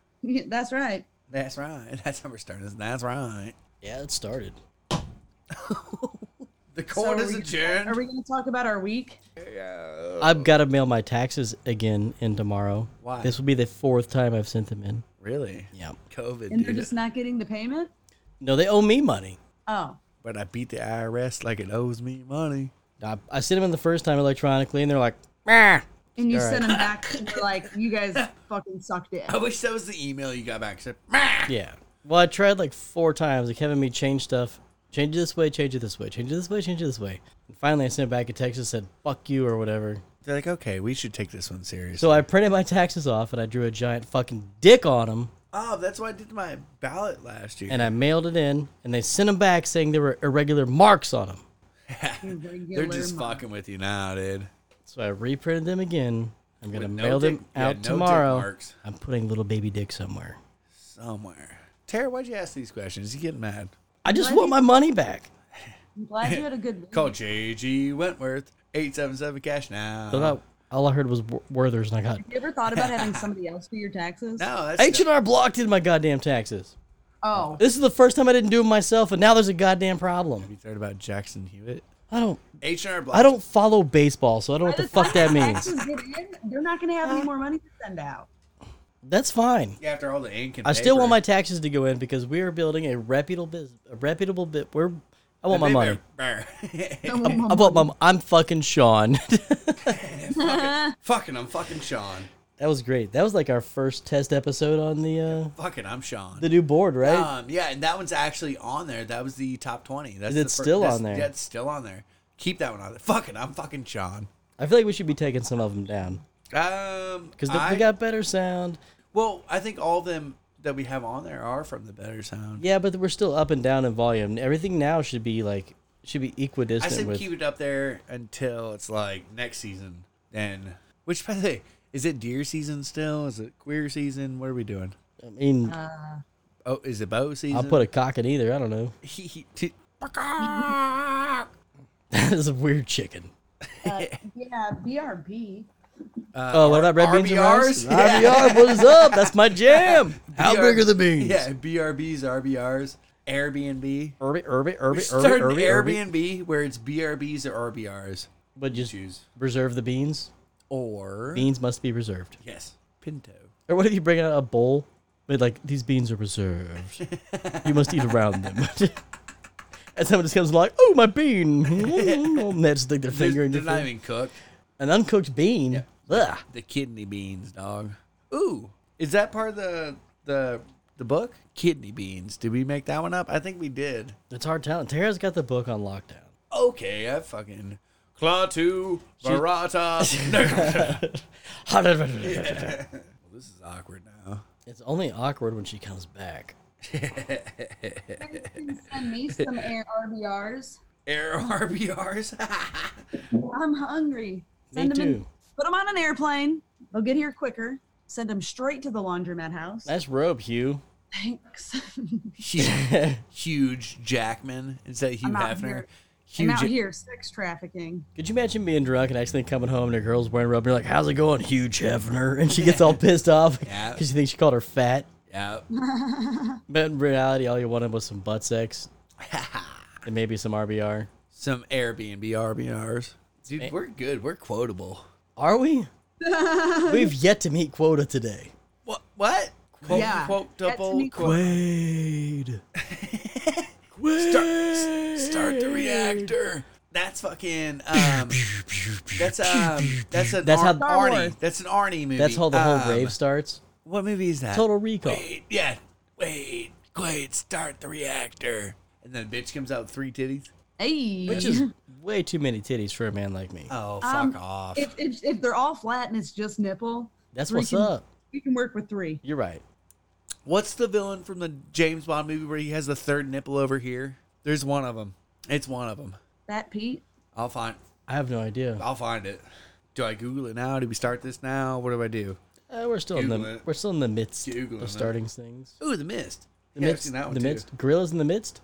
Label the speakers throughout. Speaker 1: That's right.
Speaker 2: That's right. That's how we're starting this. That's right.
Speaker 3: Yeah, it started.
Speaker 2: The
Speaker 1: So
Speaker 2: court
Speaker 1: are
Speaker 2: Oh, is
Speaker 1: we-
Speaker 2: adjourned.
Speaker 1: Are we going to talk about our week?
Speaker 3: I've got to mail my taxes again in tomorrow.
Speaker 2: Why?
Speaker 3: This will be the fourth time I've sent them in.
Speaker 2: really?
Speaker 3: Yeah.
Speaker 2: COVID,
Speaker 1: And they're
Speaker 2: dude.
Speaker 1: just not getting the payment?
Speaker 3: No, they owe me money.
Speaker 1: Oh,
Speaker 2: But I beat the IRS like it owes me money.
Speaker 3: I, I sent them in the first time electronically, and they're like,
Speaker 1: and you
Speaker 3: All
Speaker 1: sent them back and you're like, you guys fucking sucked it.
Speaker 2: I wish that was the email you got back. Said, "Meh."
Speaker 3: yeah. Well, I tried like four times, like having me change stuff. Change it this way, change it this way, change it this way, change it this way. And finally, I sent back a text that said, fuck you or whatever.
Speaker 2: They're like, okay, we should take this one seriously.
Speaker 3: So I printed my taxes off and I drew a giant fucking dick on them
Speaker 2: oh, that's why I did my ballot last year.
Speaker 3: and I mailed it in and they sent them back saying there were irregular marks on them.
Speaker 2: They're just fucking with you now, dude.
Speaker 3: So I reprinted them again. I'm going to
Speaker 2: With no
Speaker 3: mail them
Speaker 2: dick- yeah,
Speaker 3: out
Speaker 2: no dick
Speaker 3: tomorrow.
Speaker 2: marks.
Speaker 3: I'm putting little baby dick somewhere.
Speaker 2: Somewhere. Tara, why'd you ask these questions? You getting mad?
Speaker 3: I just want my money back.
Speaker 1: I'm glad you had a good week.
Speaker 2: Call JG Wentworth, 877 Cash Now.
Speaker 3: But I- all I heard was Wor- Werther's and I got
Speaker 1: You ever thought about having somebody else do your taxes?
Speaker 2: No, that's
Speaker 3: H and R blocked in my goddamn taxes.
Speaker 1: Oh,
Speaker 3: This is the first time I didn't do it myself, and now there's a goddamn problem.
Speaker 2: You heard about Jackson Hewitt?
Speaker 3: I don't,
Speaker 2: H&R Block.
Speaker 3: I don't follow baseball, so I don't know what the fuck that means.
Speaker 1: Taxes get in, they're not going to have any more money to send out.
Speaker 3: That's fine.
Speaker 2: After all the ink and
Speaker 3: I still want my
Speaker 2: paper.
Speaker 3: taxes to go in because we are building a reputable business, a reputable bit. We're, I want my money.
Speaker 2: Paper.
Speaker 3: I want my. I'm fucking Sean.
Speaker 2: fucking, I'm fucking Sean.
Speaker 3: that was great. That was like our first test episode on the uh,
Speaker 2: Fucking, I'm Sean.
Speaker 3: the new board, right?
Speaker 2: Um, yeah, and that one's actually on there. That was the top twenty. That's
Speaker 3: Is it
Speaker 2: the fir-
Speaker 3: still
Speaker 2: that's-
Speaker 3: on there?
Speaker 2: Yeah, it's still on there. Keep that one on there. Fucking, I'm fucking John.
Speaker 3: I feel like we should be taking some of them down
Speaker 2: Um,
Speaker 3: because
Speaker 2: I-
Speaker 3: they got better sound.
Speaker 2: well, I think all of them that we have on there are from the Better Sound.
Speaker 3: Yeah, but we're still up and down in volume. Everything now should be like should be
Speaker 2: I
Speaker 3: equidistant
Speaker 2: said
Speaker 3: with.
Speaker 2: keep it up there until it's like next season. And which by the way, is it deer season still? Is it queer season? What are we doing?
Speaker 3: I mean,
Speaker 2: Oh, is it bow season?
Speaker 3: I'll put a cock in either. I don't know.
Speaker 2: a.
Speaker 3: that is a weird chicken.
Speaker 1: Yeah, BRB.
Speaker 2: Uh,
Speaker 3: oh, what about red beans and rice?
Speaker 2: RBRs? Yeah.
Speaker 3: RBR, what is up? That's my jam. How big are the beans?
Speaker 2: Yeah, BRBs, RBRs, Airbnb.
Speaker 3: Irby, Irby, Irby, Irby,
Speaker 2: Start
Speaker 3: Irby, Irby.
Speaker 2: Airbnb where it's BRBs or RBRs.
Speaker 3: But just
Speaker 2: Choose.
Speaker 3: reserve the beans.
Speaker 2: Or
Speaker 3: Beans must be reserved.
Speaker 2: yes, Pinto.
Speaker 3: Or what if you bring out a bowl with like these beans are reserved? you must eat around them. and someone just comes along, oh my bean, and they just stick their
Speaker 2: They're,
Speaker 3: finger in
Speaker 2: they're
Speaker 3: your
Speaker 2: not
Speaker 3: food.
Speaker 2: even cooked.
Speaker 3: An uncooked bean. Ugh.
Speaker 2: The kidney beans, dog. Ooh, is that part of the the the book? Kidney beans. Did we make that one up? I think we did.
Speaker 3: It's hard talent. Tara's got the book on lockdown.
Speaker 2: Okay, I fucking Klaatu Barata. No. this is awkward now.
Speaker 3: it's only awkward when she comes back.
Speaker 1: Send me some air RBRs.
Speaker 2: Air RBRs.
Speaker 1: I'm hungry.
Speaker 3: Me
Speaker 1: Send them in.
Speaker 3: too.
Speaker 1: Put them on an airplane. They'll get here quicker. Send them straight to the laundromat house.
Speaker 3: Nice robe, Hugh.
Speaker 1: Thanks.
Speaker 2: huge, huge Jackman. Is that Hugh
Speaker 1: I'm out
Speaker 2: Hefner?
Speaker 1: here.
Speaker 2: Huge.
Speaker 1: I'm out here, sex trafficking.
Speaker 3: Could you imagine being drunk and accidentally coming home and a girl's wearing robe and you're like, how's it going, Hugh Hefner? And she gets all pissed off because
Speaker 2: Yeah.
Speaker 3: she thinks she called her fat.
Speaker 2: Yeah.
Speaker 3: But in reality, all you wanted was some butt sex and maybe some RBR.
Speaker 2: Some Airbnb RBRs. Dude, we're good. We're quotable.
Speaker 3: Are we? We've yet to meet quota today.
Speaker 2: What? What? Quote,
Speaker 1: Yeah.
Speaker 2: quote,
Speaker 1: That's
Speaker 2: double,
Speaker 1: me.
Speaker 2: quote.
Speaker 3: Wade.
Speaker 2: Start, s- start the reactor. That's fucking. Um, that's um. That's an
Speaker 3: That's
Speaker 2: Ar-
Speaker 3: how-
Speaker 1: Star
Speaker 2: Arnie.
Speaker 1: Wars.
Speaker 2: That's an Arnie movie.
Speaker 3: That's how the whole
Speaker 2: Um,
Speaker 3: rave starts.
Speaker 2: What movie is that?
Speaker 3: Total Recall.
Speaker 2: Wait, yeah. Wait, wait. Start the reactor. And then bitch comes out with three titties.
Speaker 1: Hey.
Speaker 3: Which is way too many titties for a man like me.
Speaker 2: Oh, fuck
Speaker 1: Um,
Speaker 2: off.
Speaker 1: if, if, if they're all flat and it's just nipple,
Speaker 3: That's
Speaker 1: we
Speaker 3: what's
Speaker 1: can-
Speaker 3: up.
Speaker 1: we can work with three.
Speaker 3: You're right.
Speaker 2: What's the villain from the James Bond movie where he has the third nipple over here? There's one of them. It's one of them.
Speaker 1: That Pete.
Speaker 2: I'll find.
Speaker 3: I have no idea.
Speaker 2: I'll find it. Do I Google it now? Do we start this now? What do I do?
Speaker 3: Uh, we're still in the
Speaker 2: Google it.
Speaker 3: we're still in the midst
Speaker 2: Google it, man.
Speaker 3: of starting things.
Speaker 2: Ooh, the mist.
Speaker 3: The
Speaker 2: Yeah, I've
Speaker 3: midst,
Speaker 2: seen that one
Speaker 3: the
Speaker 2: too.
Speaker 3: midst, gorillas in the midst.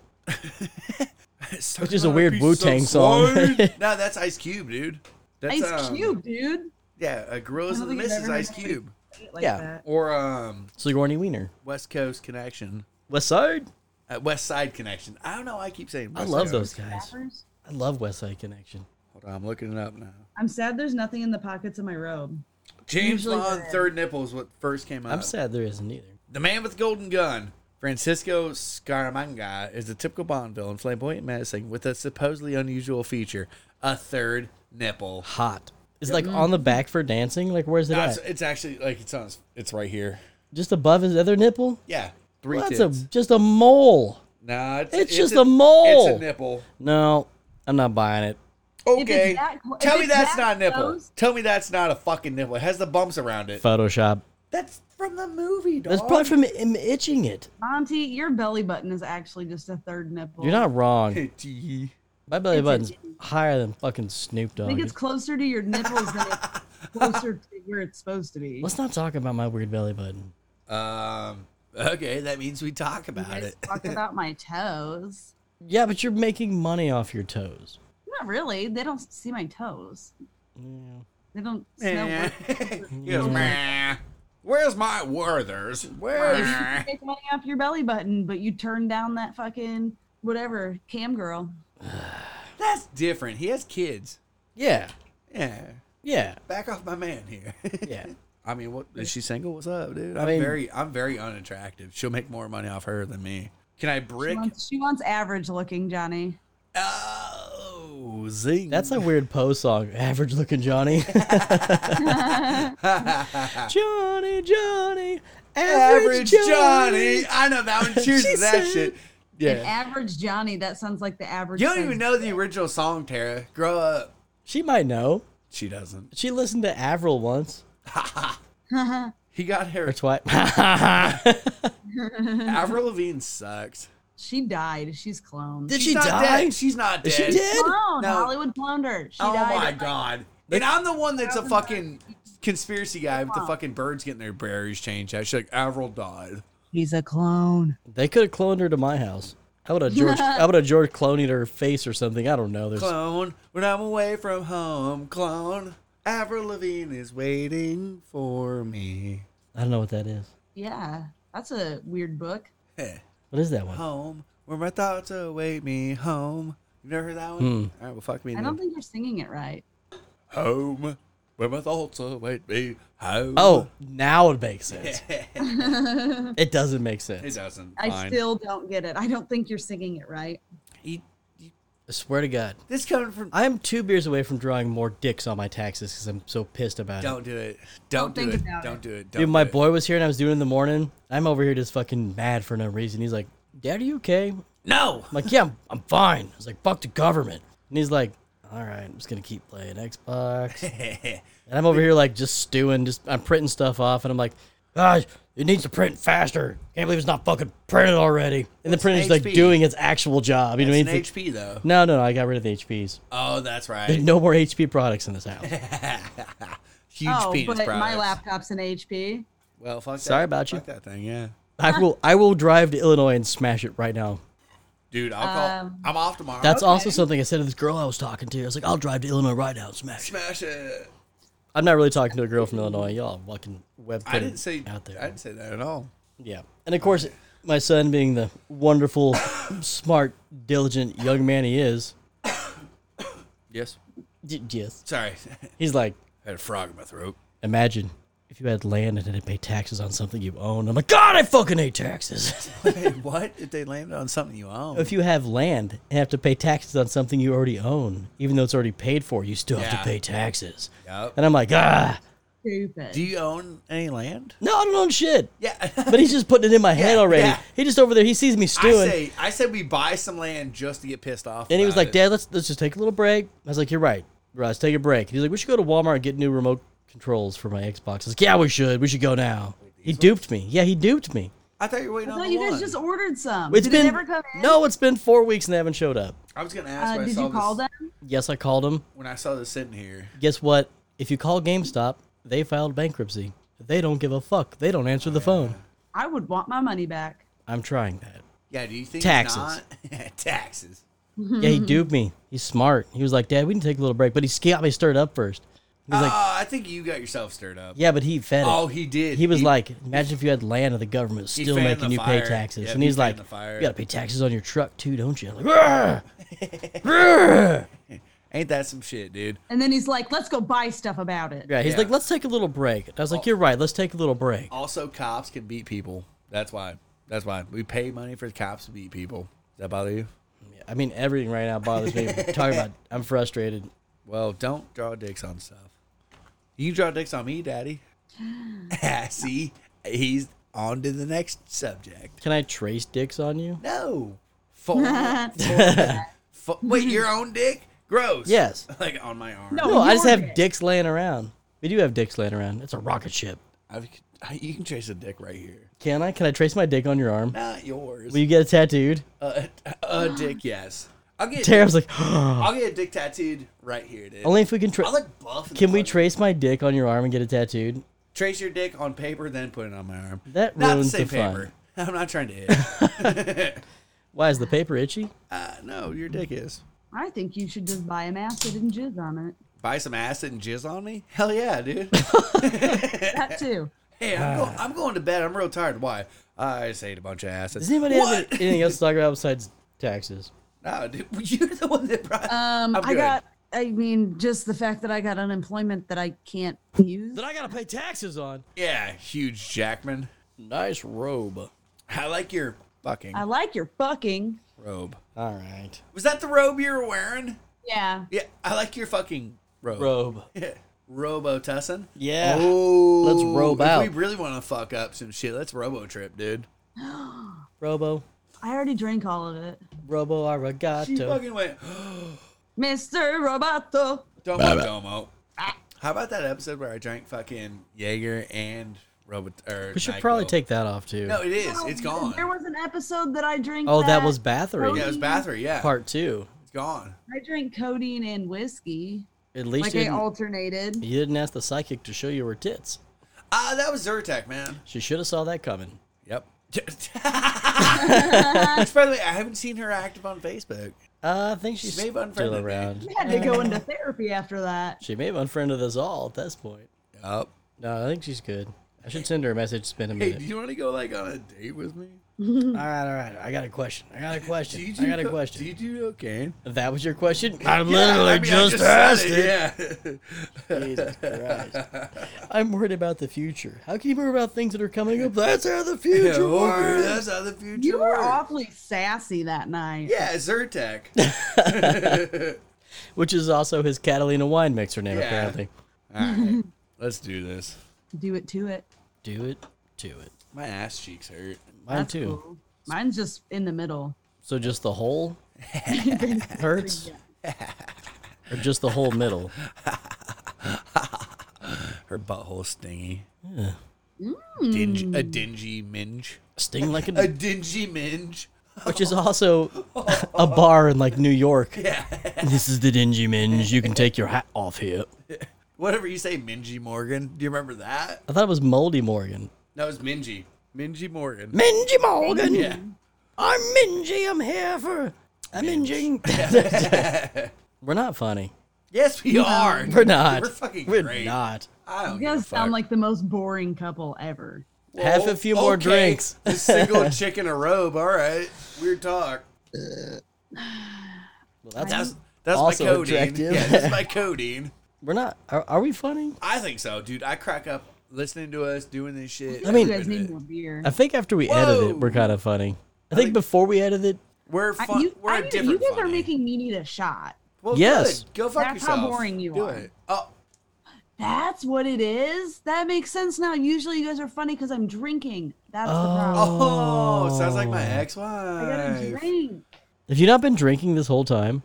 Speaker 2: It's
Speaker 3: Which is
Speaker 2: talking
Speaker 3: a
Speaker 2: about
Speaker 3: weird
Speaker 2: piece
Speaker 3: Wu-Tang
Speaker 2: of
Speaker 3: song.
Speaker 2: slime. no, that's Ice Cube, dude. That's,
Speaker 1: Ice
Speaker 2: um,
Speaker 1: Cube, dude.
Speaker 2: Yeah, uh, Gorillas
Speaker 1: I
Speaker 2: in
Speaker 1: don't
Speaker 2: the
Speaker 1: think
Speaker 2: Mist
Speaker 1: I've
Speaker 2: is
Speaker 1: ever
Speaker 2: Ice
Speaker 1: heard of
Speaker 2: Cube.
Speaker 1: shit like
Speaker 3: Yeah.
Speaker 1: that.
Speaker 2: Or um,
Speaker 3: Sigourney Wiener.
Speaker 2: West Coast Connection,
Speaker 3: West Side.
Speaker 2: uh, West Side Connection. I don't know. why I keep saying.
Speaker 3: I
Speaker 2: West Coast.
Speaker 3: love those guys.
Speaker 1: Rappers?
Speaker 3: I love West Side Connection.
Speaker 2: Hold on, I'm looking it up now.
Speaker 1: I'm sad there's nothing in the pockets of my robe.
Speaker 2: James
Speaker 1: Usually
Speaker 2: Bond
Speaker 1: the-
Speaker 2: Third Nipple is what first came up.
Speaker 3: I'm sad there isn't either.
Speaker 2: The man with the golden gun, Francisco Scaramanga, is a typical Bond villain, flamboyant, menacing, with a supposedly unusual feature: a third nipple.
Speaker 3: Hot. Is it like on the back for dancing? Like where's it
Speaker 2: No,
Speaker 3: at?
Speaker 2: it's, it's actually like it's on. his- It's right here.
Speaker 3: Just above his other nipple?
Speaker 2: Yeah, three
Speaker 3: Well, that's a
Speaker 2: tits.
Speaker 3: just a mole.
Speaker 2: Nah, it's,
Speaker 3: it's just a mole.
Speaker 2: It's a nipple.
Speaker 3: No, I'm not buying it.
Speaker 1: it's
Speaker 2: Okay,
Speaker 1: that clo- if
Speaker 2: tell me
Speaker 1: it's
Speaker 2: that's
Speaker 1: that
Speaker 2: not a nipple.
Speaker 1: close-
Speaker 2: Tell me that's not a fucking nipple. It has the bumps around it.
Speaker 3: Photoshop.
Speaker 2: That's from the movie, dog.
Speaker 3: That's probably from him itching it.
Speaker 1: Monty, your belly button is actually just a third nipple.
Speaker 3: You're not wrong.
Speaker 2: Gee.
Speaker 3: My belly
Speaker 1: It's
Speaker 3: button's
Speaker 1: itching.
Speaker 3: higher than fucking Snoop
Speaker 1: I
Speaker 3: Dogg.
Speaker 1: think it's closer to your nipples than it's closer to where it's supposed to be.
Speaker 3: Let's not talk about my weird belly button.
Speaker 2: Um. Okay, that means we talk
Speaker 1: You
Speaker 2: about
Speaker 1: guys
Speaker 2: it.
Speaker 1: talk about my toes.
Speaker 3: Yeah, but you're making money off your toes.
Speaker 1: Not really. They don't see my toes.
Speaker 3: Yeah.
Speaker 1: They don't smell.
Speaker 2: Eh.
Speaker 1: work.
Speaker 2: He
Speaker 3: Mm.
Speaker 2: goes, "Meh. Where's my Werther's?
Speaker 1: You
Speaker 2: Where?
Speaker 1: take money off your belly button, but you turn down that fucking whatever cam girl.
Speaker 2: That's different. He has kids.
Speaker 3: Yeah.
Speaker 2: Yeah.
Speaker 3: Yeah.
Speaker 2: Back off my man here.
Speaker 3: Yeah.
Speaker 2: I mean, what is she single? What's up, dude? I'm
Speaker 3: mean-
Speaker 2: very, I'm very unattractive. She'll make more money off her than me. Can I
Speaker 1: She
Speaker 2: brick?
Speaker 1: wants, she wants average looking Johnny.
Speaker 2: Oh, zing.
Speaker 3: That's a weird Poe song. Average looking Johnny. Johnny, Johnny.
Speaker 2: average Johnny. I know that one. Cheers
Speaker 3: She
Speaker 2: to that
Speaker 3: said-
Speaker 2: shit. Yeah.
Speaker 1: Average Johnny. That sounds like the average.
Speaker 2: You don't
Speaker 1: thing.
Speaker 2: even know the original song, Tara. Grow up.
Speaker 3: She might know.
Speaker 2: She doesn't.
Speaker 3: She listened to Avril once
Speaker 2: He got her.
Speaker 3: or twice. Did
Speaker 2: Avril Lavigne sucks.
Speaker 1: She died. She's cloned.
Speaker 2: She's not Dead. She's not dead.
Speaker 3: Is she dead?
Speaker 1: Cloned.
Speaker 2: No.
Speaker 1: Hollywood cloned her. She
Speaker 2: oh
Speaker 1: died.
Speaker 2: my god. And I'm the one that's a fucking conspiracy guy with the
Speaker 1: Wow.
Speaker 2: fucking birds getting their berries changed. I should like Avril died.
Speaker 1: He's a clone.
Speaker 3: They could have cloned her to my house. I would have George. I would have George cloned her face or something. I don't know. There's
Speaker 2: Clone, when I'm away from home, clone. Avril Lavigne is waiting for me.
Speaker 3: I don't know what that is.
Speaker 1: Yeah, that's a weird book.
Speaker 2: Heh.
Speaker 3: What is that one?
Speaker 2: Home, where my thoughts await me. Home. You've never heard that one? All right, well, fuck me.
Speaker 1: I don't
Speaker 2: Then.
Speaker 1: think you're singing it right.
Speaker 2: Home, where my thoughts await me. Home.
Speaker 3: Oh, now it makes sense. it doesn't make
Speaker 2: It
Speaker 3: sense.
Speaker 2: doesn't.
Speaker 1: I
Speaker 2: Fine.
Speaker 1: still don't get it. I don't think you're singing it right.
Speaker 2: He-
Speaker 3: I swear to God,
Speaker 2: this coming from.
Speaker 3: I am two beers away from drawing more dicks on my taxes because I'm so pissed about it.
Speaker 2: Don't do it.
Speaker 1: Don't
Speaker 2: Don't, do,
Speaker 1: think
Speaker 2: it.
Speaker 1: about
Speaker 2: don't
Speaker 1: it.
Speaker 2: do it. Don't
Speaker 3: Dude, my
Speaker 2: do it.
Speaker 3: boy was here and I was doing it in the morning. I'm over here just fucking mad for no reason. He's like, "Dad, are you okay?" I'm
Speaker 2: No.
Speaker 3: like, "Yeah, I'm, I'm fine." I was like, "Fuck the government," and he's like, "All right, I'm just gonna keep playing Xbox." And I'm over here like just stewing, just I'm printing stuff off, and I'm like, gosh, it needs to print faster. Can't believe it's not fucking printed already. And the printer's like
Speaker 2: HP?
Speaker 3: doing its actual job. You know what I
Speaker 2: It's
Speaker 3: mean?
Speaker 2: an
Speaker 3: It's like,
Speaker 2: HP though.
Speaker 3: no, no, no, I got rid of the HPs.
Speaker 2: Oh, that's right.
Speaker 3: There's no more HP products in this house.
Speaker 2: Huge
Speaker 1: oh,
Speaker 2: penis
Speaker 1: but
Speaker 2: products.
Speaker 1: my laptop's an HP.
Speaker 2: Well, fuck.
Speaker 3: Sorry
Speaker 2: that.
Speaker 3: about you.
Speaker 2: Fuck that thing, yeah.
Speaker 3: I will, I will drive to Illinois and smash it right now.
Speaker 2: Dude, I'll call.
Speaker 1: Um,
Speaker 2: I'm off tomorrow.
Speaker 3: That's also something I said to this girl I was talking to. I was like, I'll drive to Illinois right now and smash it.
Speaker 2: Smash it.
Speaker 3: I'm not really talking to a girl from Illinois. Y'all fucking web.
Speaker 2: I didn't say
Speaker 3: out there.
Speaker 2: I didn't say that at all.
Speaker 3: Yeah. And of course, my son, being the wonderful, smart, diligent young man he is,
Speaker 2: Yes.
Speaker 3: y- yes,
Speaker 2: Sorry,
Speaker 3: he's like,
Speaker 2: I had a frog in my throat.
Speaker 3: imagine if you had land and had to pay taxes on something you own. I'm like, God, I fucking hate taxes.
Speaker 2: Wait, what? If they landed on something you own?
Speaker 3: if you have land and have to pay taxes on something you already own, even though it's already paid for, you still have
Speaker 2: Yeah.
Speaker 3: to pay taxes.
Speaker 2: Yup.
Speaker 3: And I'm like, ah,
Speaker 1: Stupid.
Speaker 2: Do you own any land?
Speaker 3: no, I don't own shit.
Speaker 2: Yeah.
Speaker 3: But he's just putting it in my head already.
Speaker 2: yeah.
Speaker 3: He just over there, he sees me
Speaker 2: I
Speaker 3: stewing.
Speaker 2: say I said we buy some land just to get pissed off.
Speaker 3: And he was
Speaker 2: about
Speaker 3: like,
Speaker 2: it.
Speaker 3: Dad, let's let's just take a little break. I was like, You're right. Right, let's take a break. He's like, We should go to Walmart and get new remote controls for my Xbox. I was like, Yeah, we should. We should go now. He duped me. Yeah, he duped me.
Speaker 2: I thought you were waiting
Speaker 1: I
Speaker 2: on
Speaker 1: thought
Speaker 2: the
Speaker 1: you guys
Speaker 2: one.
Speaker 1: just ordered some.
Speaker 3: It's
Speaker 1: did
Speaker 3: been
Speaker 1: it never come in?
Speaker 3: no, it's been four weeks and they haven't showed up.
Speaker 2: I was gonna ask.
Speaker 1: Uh,
Speaker 2: when I
Speaker 1: did
Speaker 2: saw
Speaker 1: you call
Speaker 2: this,
Speaker 1: them?
Speaker 3: Yes, I called them.
Speaker 2: when I saw this sitting here?
Speaker 3: Guess what? If you call GameStop, they filed bankruptcy. They don't give a fuck. They don't answer the phone.
Speaker 1: I would want my money back.
Speaker 3: I'm trying that.
Speaker 2: Yeah. Do you think
Speaker 3: Taxes.
Speaker 2: Not? Yeah, taxes.
Speaker 3: Yeah, he duped me. He's smart. He was like, Dad, we can take a little break. But he got me stirred up first. And He's like,
Speaker 2: oh, I think you got yourself stirred up.
Speaker 3: yeah, but he fed it.
Speaker 2: Oh, he did.
Speaker 3: He was like, imagine if you had land and the government was still
Speaker 2: fanned
Speaker 3: making
Speaker 2: the
Speaker 3: you
Speaker 2: fire.
Speaker 3: pay taxes.
Speaker 2: Yep,
Speaker 3: and
Speaker 2: he
Speaker 3: he's like,
Speaker 2: fanned the fire.
Speaker 3: you gotta pay taxes on your truck too, don't you? I'm like, "Rah! Rah!"
Speaker 2: ain't that some shit, dude?
Speaker 1: And then he's like, let's go buy stuff about it.
Speaker 3: yeah, he's
Speaker 2: Yeah.
Speaker 3: like, let's take a little break. And I was like, you're right, let's take a little break.
Speaker 2: Also, cops can beat people. That's why. That's why we pay money for the cops to beat people. Does that bother you?
Speaker 3: I mean, everything right now bothers me. Talking about, I'm frustrated.
Speaker 2: Well, don't draw dicks on stuff. You draw dicks on me, Daddy. See, he's on to the next subject.
Speaker 3: Can I trace dicks on you?
Speaker 2: No. For, for- for- wait, your own dick? Gross.
Speaker 3: Yes.
Speaker 2: Like on my arm.
Speaker 1: No.
Speaker 3: No, I just
Speaker 1: your
Speaker 3: have
Speaker 1: dick.
Speaker 3: dicks laying around. We do have dicks laying around. It's a rocket ship.
Speaker 2: I've, I, you can trace a dick right here.
Speaker 3: Can I? Can I trace my dick on your arm?
Speaker 2: Not yours.
Speaker 3: Will you get it tattooed?
Speaker 2: Uh, a dick, yes. I'll get. a dick-
Speaker 3: Taram's like,
Speaker 2: I'll get a dick tattooed right here, dude.
Speaker 3: only if we can
Speaker 2: I'll
Speaker 3: trace.
Speaker 2: look buff. and
Speaker 3: Can we
Speaker 2: fucking-
Speaker 3: trace my dick on your arm and get it tattooed?
Speaker 2: trace your dick on paper, then put it on my arm?
Speaker 3: That
Speaker 2: Not
Speaker 3: ruins
Speaker 2: the same
Speaker 3: the fun.
Speaker 2: paper. I'm not trying to hit.
Speaker 3: Why is the paper itchy?
Speaker 2: uh, no, your dick is.
Speaker 1: I think you should just buy him acid and jizz on it.
Speaker 2: buy some acid and jizz on me? Hell yeah, dude.
Speaker 1: That too.
Speaker 2: hey, I'm, go- I'm going to bed. I'm real tired. Why? I just ate a bunch of acid.
Speaker 3: Does anybody have
Speaker 2: what?
Speaker 3: any- anything else to talk about besides taxes?
Speaker 2: No, dude, you're the one that brought.
Speaker 1: Um,
Speaker 2: I'm
Speaker 1: I
Speaker 2: good.
Speaker 1: got. I mean, just the fact that I got unemployment that I can't use.
Speaker 3: I gotta pay taxes on.
Speaker 2: Yeah, huge Jackman.
Speaker 3: Nice robe.
Speaker 2: I like your fucking
Speaker 1: I like your fucking.
Speaker 2: robe.
Speaker 3: All right.
Speaker 2: Was that the robe you were wearing?
Speaker 1: Yeah.
Speaker 2: Yeah, I like your fucking robe.
Speaker 3: Robe.
Speaker 2: Robo Tussin?
Speaker 3: Yeah.
Speaker 2: Oh,
Speaker 3: Let's robe
Speaker 2: if
Speaker 3: out.
Speaker 2: We really want to fuck up some shit. Let's robo trip, dude.
Speaker 3: Robo.
Speaker 1: I already drank all of it.
Speaker 3: Robo
Speaker 2: She
Speaker 3: Arigato.
Speaker 2: fucking went.
Speaker 1: Mr. Roboto.
Speaker 2: Domo Domo. Ah. How about that episode where I drank fucking Jaeger and Robot? Or
Speaker 3: We should probably
Speaker 2: NyQuil?
Speaker 3: take that off too.
Speaker 2: No, it is. It's gone.
Speaker 1: There was an episode that I drank.
Speaker 3: oh, that was Bathory.
Speaker 2: yeah, it was Bathory. Yeah,
Speaker 3: Part two.
Speaker 2: it's gone.
Speaker 1: I drank codeine and whiskey.
Speaker 3: At least
Speaker 1: Like
Speaker 3: you,
Speaker 1: I
Speaker 3: didn't,
Speaker 1: alternated.
Speaker 3: you didn't ask the psychic to show you her tits.
Speaker 2: Ah, that was Zyrtec, man.
Speaker 3: She should have saw that coming.
Speaker 2: Yep. Which, by the way, I haven't seen her active on Facebook.
Speaker 3: Uh, I think she's
Speaker 2: She may have
Speaker 3: still
Speaker 2: unfriended me.
Speaker 3: around.
Speaker 1: I had to go into therapy after that.
Speaker 3: She may have unfriended us all at this point.
Speaker 2: Yep.
Speaker 3: No, I think she's good. I should send her a message. It's been a
Speaker 2: Hey,
Speaker 3: minute.
Speaker 2: do you want to go like on a date with me?
Speaker 3: all right, all right. I got a question. I got a
Speaker 2: Do
Speaker 3: question.
Speaker 2: you
Speaker 3: I got a
Speaker 2: co-
Speaker 3: question.
Speaker 2: Do you do cocaine?
Speaker 3: That was your question? I
Speaker 2: Yeah,
Speaker 3: literally
Speaker 2: I mean, I
Speaker 3: just,
Speaker 2: said
Speaker 3: asked it.
Speaker 2: it. Yeah.
Speaker 3: Jesus Christ. I'm worried about the future. How can you worry about things that are coming up? That's how the
Speaker 2: Yeah,
Speaker 3: future
Speaker 2: over.
Speaker 3: works.
Speaker 2: That's how the future
Speaker 1: You were
Speaker 2: works.
Speaker 1: awfully sassy that night.
Speaker 2: Yeah, Zyrtec.
Speaker 3: Which is also his Catalina wine mixer name,
Speaker 2: Yeah.
Speaker 3: apparently.
Speaker 2: All right, let's do this.
Speaker 1: Do it to it.
Speaker 3: Do it to it.
Speaker 2: My ass cheeks hurt.
Speaker 3: Mine
Speaker 1: That's
Speaker 3: too.
Speaker 1: cool. Mine's just in the middle.
Speaker 3: So just the whole hurts? or just the whole middle?
Speaker 2: Her butthole stingy. Dingy,
Speaker 1: Mm.
Speaker 2: a dingy minge.
Speaker 3: Sting like
Speaker 2: A
Speaker 3: a.
Speaker 2: dingy minge.
Speaker 3: Which is also a bar in like New York.
Speaker 2: Yeah.
Speaker 3: This is the dingy minge. You can take your hat off here.
Speaker 2: Whatever you say, Mingy Morgan. Do you remember that?
Speaker 3: I thought it was Moldy Morgan.
Speaker 2: That was Mingy. Mingy Morgan.
Speaker 3: Mingy Morgan.
Speaker 2: Yeah.
Speaker 3: I'm Mingy. I'm here for. I'm minging. We're not funny.
Speaker 2: Yes, we are.
Speaker 3: We're not.
Speaker 2: We're fucking
Speaker 3: We're
Speaker 2: great.
Speaker 3: not.
Speaker 2: I don't
Speaker 1: You
Speaker 2: give a
Speaker 1: guys sound
Speaker 2: fuck.
Speaker 1: like the most boring couple ever.
Speaker 2: Whoa,
Speaker 3: Have a few more
Speaker 2: okay.
Speaker 3: drinks.
Speaker 2: A single chick in a robe. All right. Weird talk.
Speaker 3: Well, that's,
Speaker 2: That's that's
Speaker 3: Also
Speaker 2: my codeine.
Speaker 3: attractive.
Speaker 2: Yeah, that's my codeine.
Speaker 3: we're not. Are, are we funny?
Speaker 2: I think so, dude. I crack up listening to us doing this shit.
Speaker 3: I mean-
Speaker 1: You guys need more beer.
Speaker 3: I think after we edit
Speaker 2: Whoa.
Speaker 3: it, we're kind of funny. I think
Speaker 2: think-
Speaker 3: before we edit it,
Speaker 2: we're
Speaker 1: I-
Speaker 2: fun.
Speaker 1: you,
Speaker 2: we're
Speaker 1: I
Speaker 2: a
Speaker 1: need-
Speaker 2: different.
Speaker 1: you guys are
Speaker 2: funny.
Speaker 1: making me need a shot.
Speaker 2: Well,
Speaker 3: Yes.
Speaker 2: good. Go fuck
Speaker 1: That's how
Speaker 2: yourself.
Speaker 1: boring you
Speaker 2: Do
Speaker 1: are.
Speaker 2: It. Oh,
Speaker 1: That's what it is. That makes sense now. Usually you guys are funny because I'm drinking. That's the problem.
Speaker 2: oh, sounds like my
Speaker 1: I
Speaker 3: Oh.
Speaker 1: gotta
Speaker 2: ex-wife.
Speaker 1: drink.
Speaker 3: have you not been drinking this whole time?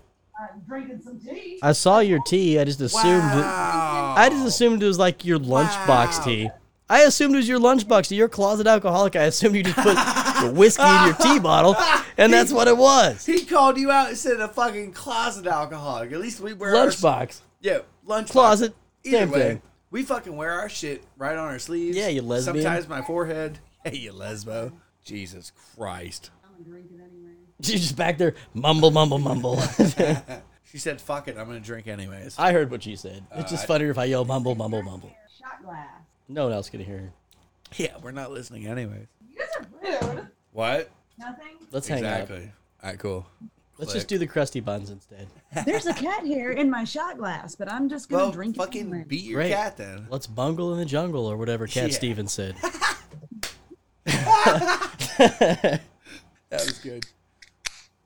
Speaker 1: I'm drinking some tea.
Speaker 3: I saw your tea. I just assumed. It,
Speaker 2: Wow.
Speaker 3: I just assumed it was like your lunchbox
Speaker 2: Wow.
Speaker 3: tea. I assumed it was your lunchbox tea. You're a closet alcoholic. I assumed you just put the whiskey in your tea bottle, and that's what it was.
Speaker 2: He called you out and said a fucking closet alcoholic. At least we wear Our,
Speaker 3: Lunchbox,
Speaker 2: yeah, lunchbox.
Speaker 3: closet,
Speaker 2: Either
Speaker 3: same
Speaker 2: way,
Speaker 3: thing.
Speaker 2: we fucking wear our shit right on our sleeves.
Speaker 3: Yeah, you lesbian.
Speaker 2: Sometimes my forehead. Hey, you lesbo. Jesus Christ.
Speaker 1: I'm drinking anyway.
Speaker 3: She's just back there, mumble, mumble, mumble.
Speaker 2: She said, "Fuck it, I'm gonna drink anyways."
Speaker 3: I heard what she said. Uh, It's just funnier if I yell mumble, mumble, mumble.
Speaker 1: Shot glass.
Speaker 3: No one else can hear her.
Speaker 2: yeah, we're not listening anyways.
Speaker 1: You guys are rude.
Speaker 2: What?
Speaker 1: Nothing.
Speaker 3: Let's hang out.
Speaker 2: exactly. All right, cool.
Speaker 3: Let's just do the crusty buns instead.
Speaker 1: There's a cat here in my shot glass, but I'm just gonna
Speaker 2: Well,
Speaker 1: drink it.
Speaker 2: fucking
Speaker 1: anyway.
Speaker 2: beat your
Speaker 3: Great.
Speaker 2: cat then.
Speaker 3: Let's bungle in the jungle or whatever Cat
Speaker 2: Yeah.
Speaker 3: Stevens said.
Speaker 2: That was good.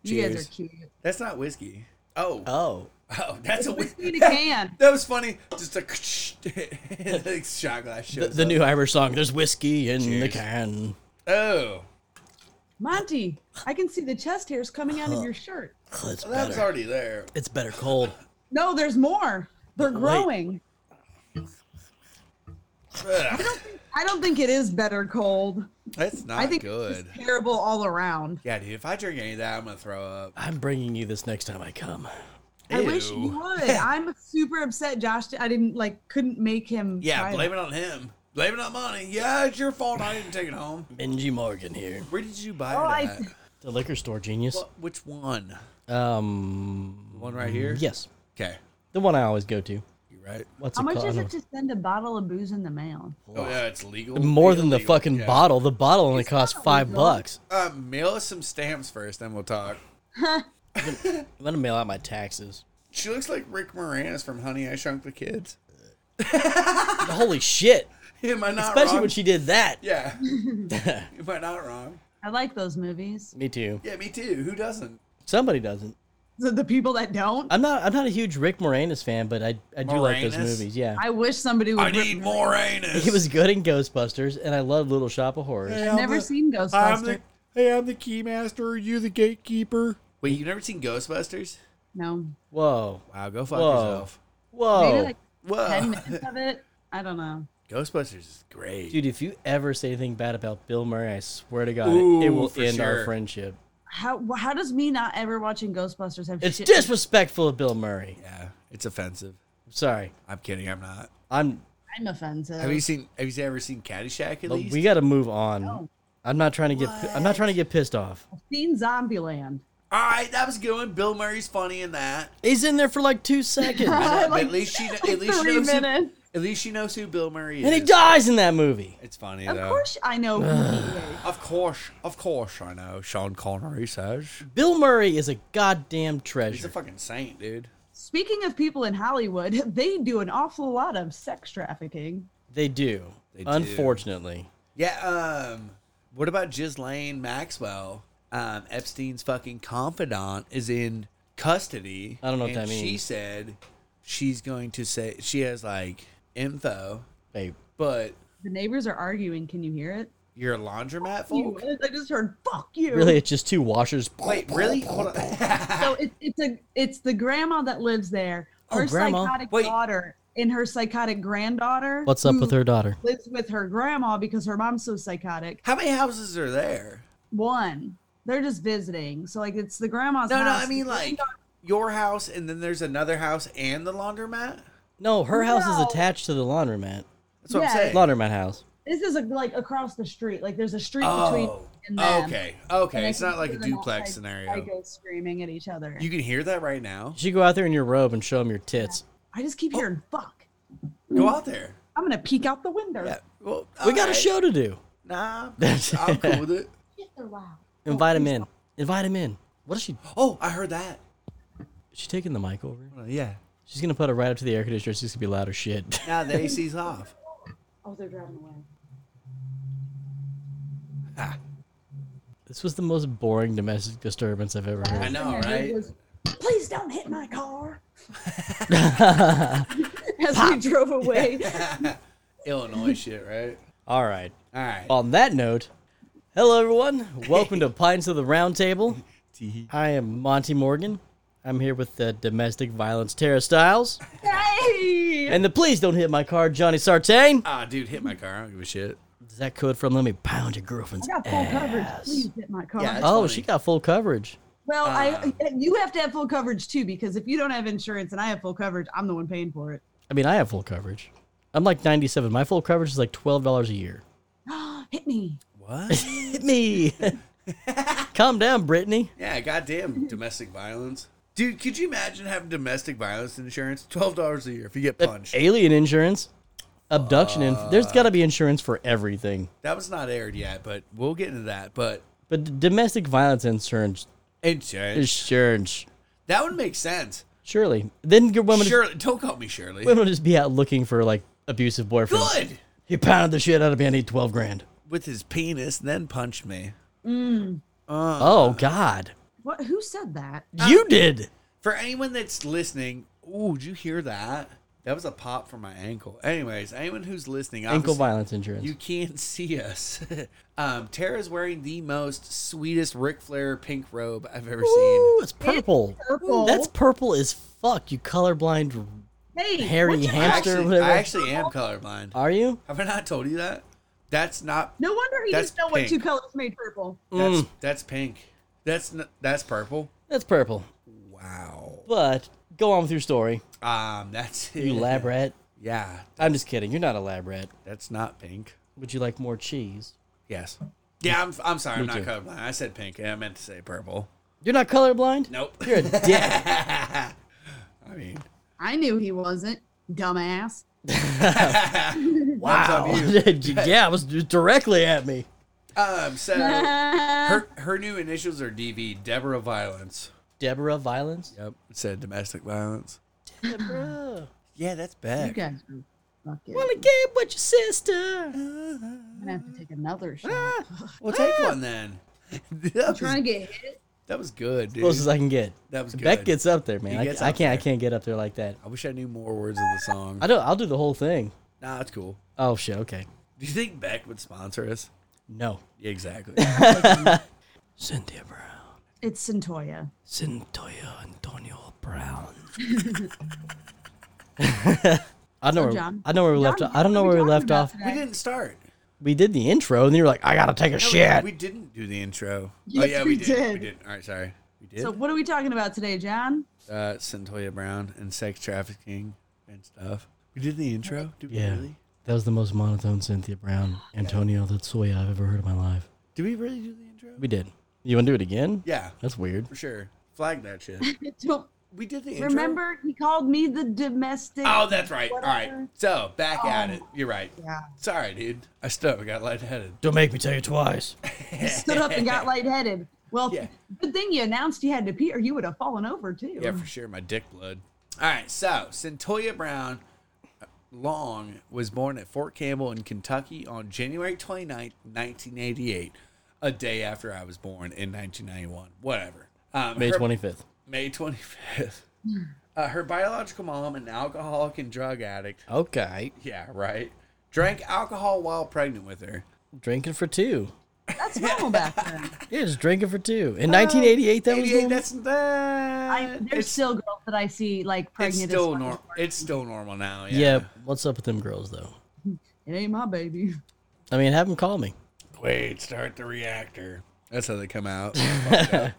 Speaker 1: you guys
Speaker 2: Cheers.
Speaker 1: are cute.
Speaker 2: That's not whiskey. Oh, oh,
Speaker 3: oh.
Speaker 2: that's a
Speaker 1: Whiskey
Speaker 2: whiskey.
Speaker 1: in a can.
Speaker 2: That was funny. Just a like shot glass.
Speaker 3: The,
Speaker 2: shows
Speaker 3: the
Speaker 2: up.
Speaker 3: new Irish song, There's Whiskey in the
Speaker 2: Cheers.
Speaker 3: Can.
Speaker 2: Oh,
Speaker 1: Monty, I can see the chest hairs coming out of your shirt.
Speaker 3: Oh, it's,
Speaker 2: well, that was
Speaker 3: better.
Speaker 2: already there.
Speaker 3: it's better cold.
Speaker 1: No, there's more. They're
Speaker 3: Wait.
Speaker 1: growing.
Speaker 2: Ugh,
Speaker 1: I don't think it is better cold.
Speaker 2: that's
Speaker 1: I
Speaker 2: not
Speaker 1: think
Speaker 2: good.
Speaker 1: it's just terrible all around.
Speaker 2: Yeah, dude. If I drink any of that, I'm gonna throw up.
Speaker 3: I'm bringing you this next time I come.
Speaker 1: I wish
Speaker 2: Ew.
Speaker 1: you would. I'm super upset, Josh. I didn't like, couldn't make him.
Speaker 2: Yeah,
Speaker 1: try
Speaker 2: blame it on him. Blame it on money. Yeah, it's your fault. I didn't take it home.
Speaker 3: Benji Morgan here.
Speaker 2: Where did you buy
Speaker 1: Oh, I-
Speaker 2: it? at?
Speaker 3: The liquor store genius.
Speaker 2: What- which one?
Speaker 3: Um,
Speaker 2: One right here.
Speaker 3: yes.
Speaker 2: Okay.
Speaker 3: The one I always go to.
Speaker 2: You right?
Speaker 3: What's
Speaker 1: How
Speaker 3: it
Speaker 1: much
Speaker 3: called?
Speaker 1: is it to send a bottle of booze in the mail?
Speaker 2: Oh yeah, it's legal.
Speaker 3: More than the
Speaker 2: Illegal,
Speaker 3: fucking
Speaker 2: yeah.
Speaker 3: bottle. The bottle only costs
Speaker 1: not
Speaker 3: five
Speaker 1: illegal.
Speaker 3: bucks.
Speaker 2: Uh, mail us some stamps first, then we'll talk.
Speaker 3: I'm gonna mail out my taxes.
Speaker 2: She looks like Rick Moranis from Honey I Shrunk the Kids.
Speaker 3: Holy shit!
Speaker 2: Am I not
Speaker 3: Especially
Speaker 2: wrong?
Speaker 3: when she did that.
Speaker 2: yeah. Am I not wrong?
Speaker 1: I like those movies.
Speaker 3: Me too.
Speaker 2: Yeah, me too. Who doesn't?
Speaker 3: Somebody doesn't.
Speaker 1: The, the people that don't.
Speaker 3: I'm not. I'm not a huge Rick Moranis fan, but I I do like those
Speaker 2: Moranis?
Speaker 3: movies. Yeah,
Speaker 1: I wish somebody would.
Speaker 2: I need Moranis.
Speaker 3: he was good in Ghostbusters, and I love Little Shop of Horrors.
Speaker 1: I've never seen Ghostbusters.
Speaker 2: hey, I'm the keymaster. Are you the gatekeeper? Wait, you've never seen Ghostbusters?
Speaker 1: No.
Speaker 3: Whoa,
Speaker 2: Wow, go fuck
Speaker 3: Whoa.
Speaker 2: yourself.
Speaker 1: Maybe
Speaker 3: whoa,
Speaker 1: like ten
Speaker 2: Whoa.
Speaker 1: minutes of it. I don't know.
Speaker 2: Ghostbusters is great.
Speaker 3: dude! If you ever say anything bad about Bill Murray, I swear to God,
Speaker 2: Ooh,
Speaker 3: it will
Speaker 2: for
Speaker 3: end our
Speaker 2: sure.
Speaker 3: friendship.
Speaker 1: How wh- how does me not ever watching Ghostbusters have
Speaker 3: It's
Speaker 1: shit?
Speaker 3: disrespectful of Bill Murray.
Speaker 2: Yeah, it's offensive.
Speaker 3: Sorry,
Speaker 2: I'm kidding. I'm not.
Speaker 3: I'm.
Speaker 1: I'm offensive.
Speaker 2: Have you seen? Have you ever seen Caddyshack? At least
Speaker 3: We got to move on.
Speaker 1: No.
Speaker 3: I'm not trying to get. pi- I'm not trying to get pissed off.
Speaker 1: seen Zombieland?
Speaker 2: All right, that was a good one. Bill Murray's funny in that.
Speaker 3: He's in there for like two seconds,
Speaker 2: I know, but
Speaker 1: Like-
Speaker 2: at least she, at least she
Speaker 1: Three
Speaker 2: knows who,
Speaker 1: minutes.
Speaker 2: at least she knows who Bill Murray is.
Speaker 3: and he dies in that movie.
Speaker 2: It's funny
Speaker 1: Of
Speaker 2: though.
Speaker 1: course I know. who he is.
Speaker 2: Of course, of course, I know. Sean Connery says
Speaker 3: Bill Murray is a goddamn
Speaker 2: he's a
Speaker 3: treasure.
Speaker 2: fucking saint, dude.
Speaker 1: Speaking of people in Hollywood, they do an awful lot of sex trafficking.
Speaker 3: They do.
Speaker 2: They do.
Speaker 3: Unfortunately.
Speaker 2: Yeah. Um. What about Ghislaine Maxwell? Um, Epstein's fucking confidant is in custody.
Speaker 3: I don't know what
Speaker 2: and
Speaker 3: that
Speaker 2: She
Speaker 3: means.
Speaker 2: said she's going to say she has like info,
Speaker 3: Babe.
Speaker 2: but
Speaker 1: The neighbors are arguing. Can you hear it?
Speaker 2: you're a laundromat
Speaker 1: You-
Speaker 2: folk.
Speaker 1: I just heard "fuck you."
Speaker 3: Oh. Really, it's just two washers.
Speaker 2: Wait, really? Hold on.
Speaker 1: So it, it's a it's the grandma that lives there.
Speaker 3: Oh,
Speaker 1: Her
Speaker 3: grandma.
Speaker 1: psychotic
Speaker 2: Wait.
Speaker 1: daughter and her psychotic granddaughter.
Speaker 3: What's up with
Speaker 1: who
Speaker 3: her daughter?
Speaker 1: Lives with her grandma because her mom's so psychotic.
Speaker 2: How many houses are there?
Speaker 1: One, they're just visiting. So like it's the grandma's.
Speaker 2: No, no,
Speaker 1: house.
Speaker 2: I mean
Speaker 1: The
Speaker 2: like
Speaker 1: granddaughter-
Speaker 2: your house, and then there's another house and the laundromat.
Speaker 3: No, her house
Speaker 1: No.
Speaker 3: is attached to the laundromat.
Speaker 2: That's what
Speaker 1: Yeah.
Speaker 2: I'm saying.
Speaker 3: Laundromat house.
Speaker 1: this is like across the street. Like there's a street between.
Speaker 2: Oh,
Speaker 1: And them.
Speaker 2: okay, okay. It's
Speaker 1: And I
Speaker 2: not
Speaker 1: can
Speaker 2: like a
Speaker 1: hear them all,
Speaker 2: duplex
Speaker 1: like,
Speaker 2: scenario.
Speaker 1: psycho screaming at each other.
Speaker 2: You can hear that right now.
Speaker 3: You should go out there in your robe and show them your tits.
Speaker 1: I just
Speaker 2: Oh.
Speaker 1: keep hearing "fuck."
Speaker 2: Go out there.
Speaker 1: I'm gonna peek out the window.
Speaker 2: Yeah. Well,
Speaker 3: we got
Speaker 2: alright.
Speaker 3: a show to do.
Speaker 2: Nah, I'm cool- I'm cool with it.
Speaker 3: Invite him in. Invite him in. What is she?
Speaker 2: Oh, I heard that.
Speaker 3: Is she taking the mic over?
Speaker 2: Yeah.
Speaker 3: She's gonna put it right up to the air conditioner. She's gonna be loud as shit.
Speaker 2: Now the AC's off.
Speaker 1: Oh, they're driving away.
Speaker 2: Ah,
Speaker 3: this was the most boring domestic disturbance I've ever
Speaker 2: I
Speaker 3: heard.
Speaker 2: know,
Speaker 1: And I heard
Speaker 2: right?
Speaker 1: was, Please don't hit my car. As we drove away.
Speaker 2: Illinois shit, right?
Speaker 3: All right.
Speaker 2: All right.
Speaker 3: On that note, hello everyone. Welcome to Pints of the Round Table. I am Monty Morgan. I'm here with the domestic violence Tara Styles
Speaker 1: Hey!
Speaker 3: and the please don't hit my car Johnny Sartain.
Speaker 2: Ah, dude, hit my car. I don't give a shit.
Speaker 3: Is that code from let me pound your girlfriend's
Speaker 1: I got full coverage.
Speaker 3: ass?
Speaker 1: Please hit my car.
Speaker 2: Yeah.
Speaker 3: Oh,
Speaker 2: Funny.
Speaker 3: she got full coverage.
Speaker 1: well,
Speaker 2: Uh,
Speaker 1: I you have to have full coverage too because if you don't have insurance and I have full coverage, I'm the one paying for it.
Speaker 3: I mean, I have full coverage. I'm like 97. My full coverage is like $12 a year.
Speaker 1: hit me.
Speaker 2: What?
Speaker 3: Hit me. Calm down, Brittany.
Speaker 2: yeah, goddamn domestic violence. Dude, could you imagine having domestic violence insurance? Twelve dollars a year if you get
Speaker 3: That
Speaker 2: punched.
Speaker 3: Alien insurance, abduction.
Speaker 1: Uh.
Speaker 3: inf- there's got to be insurance for everything.
Speaker 2: That was not aired yet, but we'll get into that. But
Speaker 3: But d- domestic violence insurance,
Speaker 2: insurance
Speaker 3: insurance.
Speaker 2: that would make sense.
Speaker 3: Surely, then your women,
Speaker 2: Shirley, don't call me Shirley.
Speaker 3: women will just be out looking for like abusive boyfriends.
Speaker 2: Good
Speaker 3: He pounded the shit out of me. I need twelve grand.
Speaker 2: with his penis, then punched me.
Speaker 3: oh God,
Speaker 1: What? Who said that?
Speaker 3: you did.
Speaker 2: For anyone that's listening, ooh, did you hear that? That was a pop from my ankle. Anyways, anyone who's listening,
Speaker 3: Ankle
Speaker 2: obviously-
Speaker 3: violence insurance.
Speaker 2: You can't see us. um, Tara's wearing the most sweetest Ric Flair pink robe I've ever
Speaker 3: Ooh,
Speaker 2: seen.
Speaker 3: it's purple.
Speaker 1: Purple.
Speaker 3: That's purple as fuck. You colorblind.
Speaker 1: hey,
Speaker 3: hairy
Speaker 1: what'd you-
Speaker 2: I
Speaker 3: ham- hamster,
Speaker 2: actually,
Speaker 3: whatever.
Speaker 2: I actually am colorblind.
Speaker 3: Are you?
Speaker 2: Have I not told you that? That's not.
Speaker 1: No wonder he
Speaker 2: That's
Speaker 1: doesn't know what
Speaker 2: pink.
Speaker 1: two colors made purple.
Speaker 2: That's
Speaker 3: Mm.
Speaker 2: that's pink. That's n- that's purple.
Speaker 3: That's purple.
Speaker 2: Wow.
Speaker 3: But go on with your story.
Speaker 2: Um, that's
Speaker 3: You lab rat.
Speaker 2: Yeah,
Speaker 3: I'm just kidding. You're not a lab rat.
Speaker 2: that's not pink.
Speaker 3: Would you like more cheese?
Speaker 2: Yes. Yeah, I'm. I'm sorry. I'm
Speaker 3: Me
Speaker 2: not
Speaker 3: too.
Speaker 2: colorblind. I said pink. I meant to say purple.
Speaker 3: You're not colorblind?
Speaker 2: Nope.
Speaker 3: You're a dick.
Speaker 2: I mean,
Speaker 1: I knew he wasn't, dumbass.
Speaker 2: wow.
Speaker 3: yeah, it was directly at me.
Speaker 2: Um, so her her new initials are DV. Deborah Violence.
Speaker 3: Deborah Violence?
Speaker 2: Yep. It said domestic violence.
Speaker 3: Deborah.
Speaker 2: Yeah, that's
Speaker 1: You
Speaker 2: bad.
Speaker 1: guys are fucking.
Speaker 3: Wanna get with your sister?
Speaker 1: I'm gonna have to take another shot.
Speaker 2: Well, take one then.
Speaker 1: I'm
Speaker 2: That was,
Speaker 1: trying to get hit.
Speaker 2: that was good, dude.
Speaker 3: Close as I can get.
Speaker 2: That was
Speaker 3: Beck
Speaker 2: good.
Speaker 3: gets up there, man.
Speaker 2: He
Speaker 3: I,
Speaker 2: gets
Speaker 3: I
Speaker 2: up
Speaker 3: can't. I
Speaker 2: there.
Speaker 3: can't get up there like that.
Speaker 2: I wish I knew more words of the song.
Speaker 3: I don't. I'll do the whole thing.
Speaker 2: Nah, it's cool.
Speaker 3: Oh shit. Okay.
Speaker 2: Do you think Beck would sponsor us?
Speaker 3: No.
Speaker 2: Yeah, exactly.
Speaker 3: Cynthia Brown.
Speaker 1: It's Centoya.
Speaker 3: Cynthia Antonio Brown. I know. Where,
Speaker 1: John.
Speaker 3: I know where we
Speaker 1: John,
Speaker 3: left. off. I don't
Speaker 1: what
Speaker 3: know
Speaker 1: are we
Speaker 3: where we
Speaker 1: talking
Speaker 3: left
Speaker 1: about
Speaker 3: off.
Speaker 1: today?
Speaker 2: we didn't start.
Speaker 3: We did the intro, and you were like, "I gotta take a
Speaker 2: No, we-
Speaker 3: shit."
Speaker 2: We, didn't do the intro. oh
Speaker 1: Yes,
Speaker 2: yeah, we,
Speaker 1: we
Speaker 2: did. We
Speaker 1: did.
Speaker 2: did. All right, sorry. We did.
Speaker 1: So what are we talking about today, John?
Speaker 2: uh, Centoya Brown and sex trafficking and stuff. We did the intro. Did we
Speaker 3: yeah,
Speaker 2: really?
Speaker 3: that was the most monotone Cynthia Brown Antonio Tatsuya I've ever heard in my life.
Speaker 2: Did we really do the intro?
Speaker 3: We did. You wanna do it again?
Speaker 2: yeah,
Speaker 3: That's weird.
Speaker 2: for sure. Flag that shit.
Speaker 1: Don't
Speaker 2: We did the intro.
Speaker 1: remember he called me the domestic.
Speaker 2: Oh, that's right. All right.
Speaker 1: Whatever.
Speaker 2: So back at it. You're right.
Speaker 1: Um, Yeah.
Speaker 2: Sorry, dude. I stuck. I got lightheaded.
Speaker 3: Don't make me tell you twice.
Speaker 1: He stood up and got lightheaded. Well,
Speaker 2: Yeah.
Speaker 1: good thing you announced you had to pee, or you would have fallen over too.
Speaker 2: Yeah, for sure. My dick blood. All right. So Centoya Brown uh, Long was born at Fort Campbell in Kentucky on January 29th, 1988, a day after I was born in 1991. Whatever. Um,
Speaker 3: May
Speaker 2: her-
Speaker 3: twenty fifth.
Speaker 2: May 25th. Uh, her biological mom, an alcoholic and drug addict.
Speaker 3: Okay.
Speaker 2: Yeah, right. Drank alcohol while pregnant with her.
Speaker 3: Drinking for two.
Speaker 1: That's normal back then.
Speaker 3: Yeah, just drinking for two.
Speaker 2: Oh,
Speaker 3: In 1988, that was
Speaker 2: 88,
Speaker 3: normal?
Speaker 2: that's that.
Speaker 1: I, there's
Speaker 2: it's,
Speaker 1: still girls that I see like
Speaker 2: it's
Speaker 1: pregnant. as
Speaker 2: still
Speaker 1: fuck.
Speaker 2: normal. It's still normal now. Yeah.
Speaker 3: Yeah. What's up with them girls though?
Speaker 1: It ain't my baby.
Speaker 3: I mean, have them call me.
Speaker 2: Wait, start the reactor. That's how they come out. Fucked up.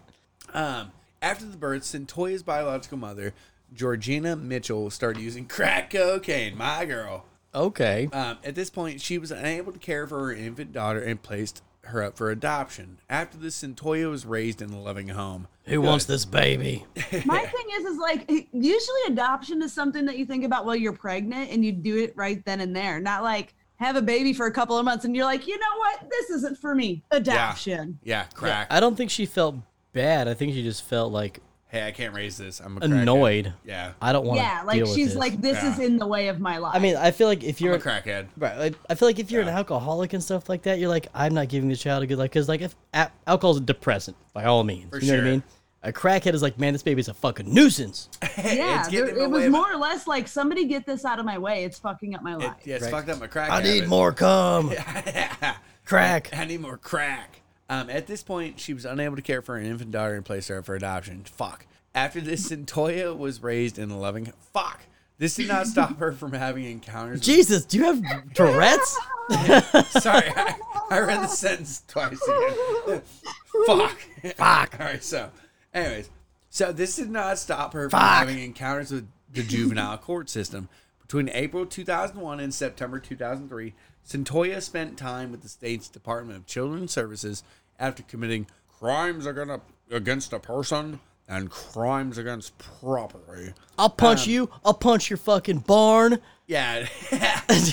Speaker 2: um, after the birth, Centoya's biological mother, Georgina Mitchell, started using crack cocaine. My girl.
Speaker 3: Okay.
Speaker 2: Um, at this point, she was unable to care for her infant daughter and placed her up for adoption. After this, Centoya was raised in a loving home.
Speaker 3: Who wants this baby?
Speaker 1: My thing is, is like usually adoption is something that you think about while you're pregnant and you do it right then and there, not like have a baby for a couple of months and you're like, you know what, this isn't for me. Adoption.
Speaker 2: Yeah, crack.
Speaker 3: I don't think she felt bad. I think she just felt like
Speaker 2: hey, I can't raise this. I'm a crackhead.
Speaker 3: annoyed.
Speaker 2: Yeah,
Speaker 3: I don't
Speaker 1: Yeah,
Speaker 3: want to.
Speaker 1: like she's like, this
Speaker 2: Yeah.
Speaker 1: is in the way of my life.
Speaker 3: I mean, I feel like if
Speaker 2: I'm
Speaker 3: you're
Speaker 2: a crackhead.
Speaker 3: Right. Like, I feel like if you're an
Speaker 2: Yeah.
Speaker 3: alcoholic and stuff like that, you're like, I'm not giving the child a good life because like if a- alcohol's a depressant by all means,
Speaker 2: For
Speaker 3: you know what
Speaker 2: sure.
Speaker 3: I mean. A crackhead is like, man, this baby's a fucking nuisance.
Speaker 1: yeah,
Speaker 2: it's
Speaker 1: there-
Speaker 2: getting in my
Speaker 1: it
Speaker 2: way
Speaker 1: was
Speaker 2: of-
Speaker 1: more or less like somebody get this out of my way. It's fucking up my
Speaker 2: It,
Speaker 1: life.
Speaker 2: yeah, it's
Speaker 3: Right.
Speaker 2: fucked up my crack.
Speaker 3: I need
Speaker 2: habit.
Speaker 3: more cum, crack.
Speaker 2: I need more crack. Um, at this point, she was unable to care for her infant daughter and placed her up for adoption. Fuck. After this, Centoya was raised in a loving. Fuck. This did not stop her from having encounters. with-
Speaker 3: Jesus, do you have Tourette's?
Speaker 2: Sorry, I, I read the sentence twice again. Fuck. Fuck. All right, so, anyways, so this did not stop her from
Speaker 3: Fuck.
Speaker 2: having encounters with the juvenile court system. Between April 2001 and September 2003, Centoya spent time with the state's Department of Children's Services after committing crimes against a- against a person and crimes against property.
Speaker 3: I'll punch
Speaker 2: Um,
Speaker 3: you. I'll punch your fucking barn.
Speaker 2: Yeah.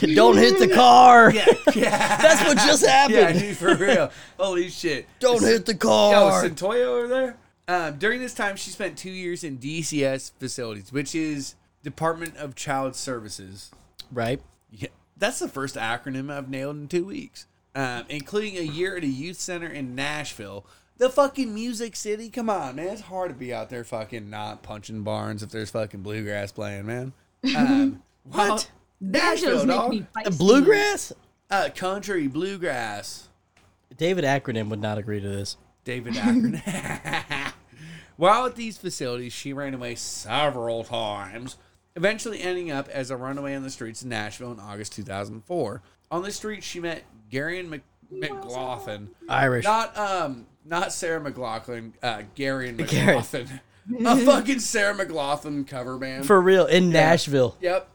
Speaker 3: Don't hit the car.
Speaker 2: yeah. Yeah.
Speaker 3: That's what just
Speaker 2: Yeah,
Speaker 3: happened.
Speaker 2: dude, for real. Holy shit.
Speaker 3: Don't hit the car.
Speaker 2: Yo, Centoya Oh, over there. Um, during this time, she spent two years in DCS facilities, which is Department of Child Services.
Speaker 3: right.
Speaker 2: Yeah, that's the first acronym I've nailed in two weeks, um, including a year at a youth center in Nashville. The fucking Music City. Come on, man. It's hard to be out there fucking not punching barns if there's fucking bluegrass playing, man. Um, what?
Speaker 1: That
Speaker 2: Nashville,
Speaker 1: shows make
Speaker 2: dog.
Speaker 1: me
Speaker 3: The
Speaker 1: feisty.
Speaker 3: bluegrass?
Speaker 2: Uh, country bluegrass.
Speaker 3: David Acronym would not agree to this.
Speaker 2: David Akron. While at these facilities, she ran away several times, eventually ending up as a runaway on the streets in Nashville in August 2004. On the street, she met Gary and Mc- McLaughlin.
Speaker 3: Irish.
Speaker 2: Not um, not Sarah McLaughlin. Uh, Gary and McLaughlin. a fucking Sarah McLaughlin cover band.
Speaker 3: For real, in Nashville.
Speaker 2: yep.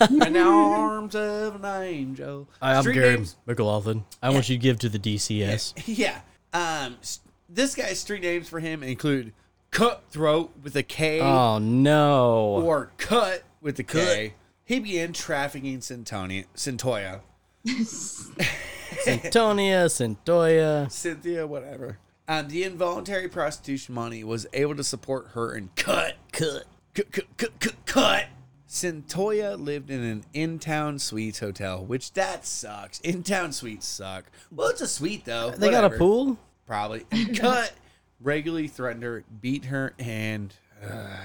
Speaker 2: and the arms of an angel.
Speaker 3: Hi, I'm
Speaker 2: Street
Speaker 3: Gary
Speaker 2: names-
Speaker 3: McLaughlin. I want you to give to the DCS.
Speaker 2: Yeah. Um, s- this guy's street names for him include Cutthroat with a K
Speaker 3: Oh no.
Speaker 2: or Cut with a K. He began trafficking Centonia, Centoya,
Speaker 3: Centonia, Centoya.
Speaker 2: Cynthia, whatever. Um, the involuntary prostitution money was able to support her and Cut.
Speaker 3: Cut.
Speaker 2: Cut, cut, cut, cut, cut. Centoya lived in an in-town suites hotel, which that sucks. In-town suites suck. Well, it's a suite though.
Speaker 3: They got a
Speaker 2: Whatever.
Speaker 3: pool?
Speaker 2: probably and cut regularly threatened her beat her and uh,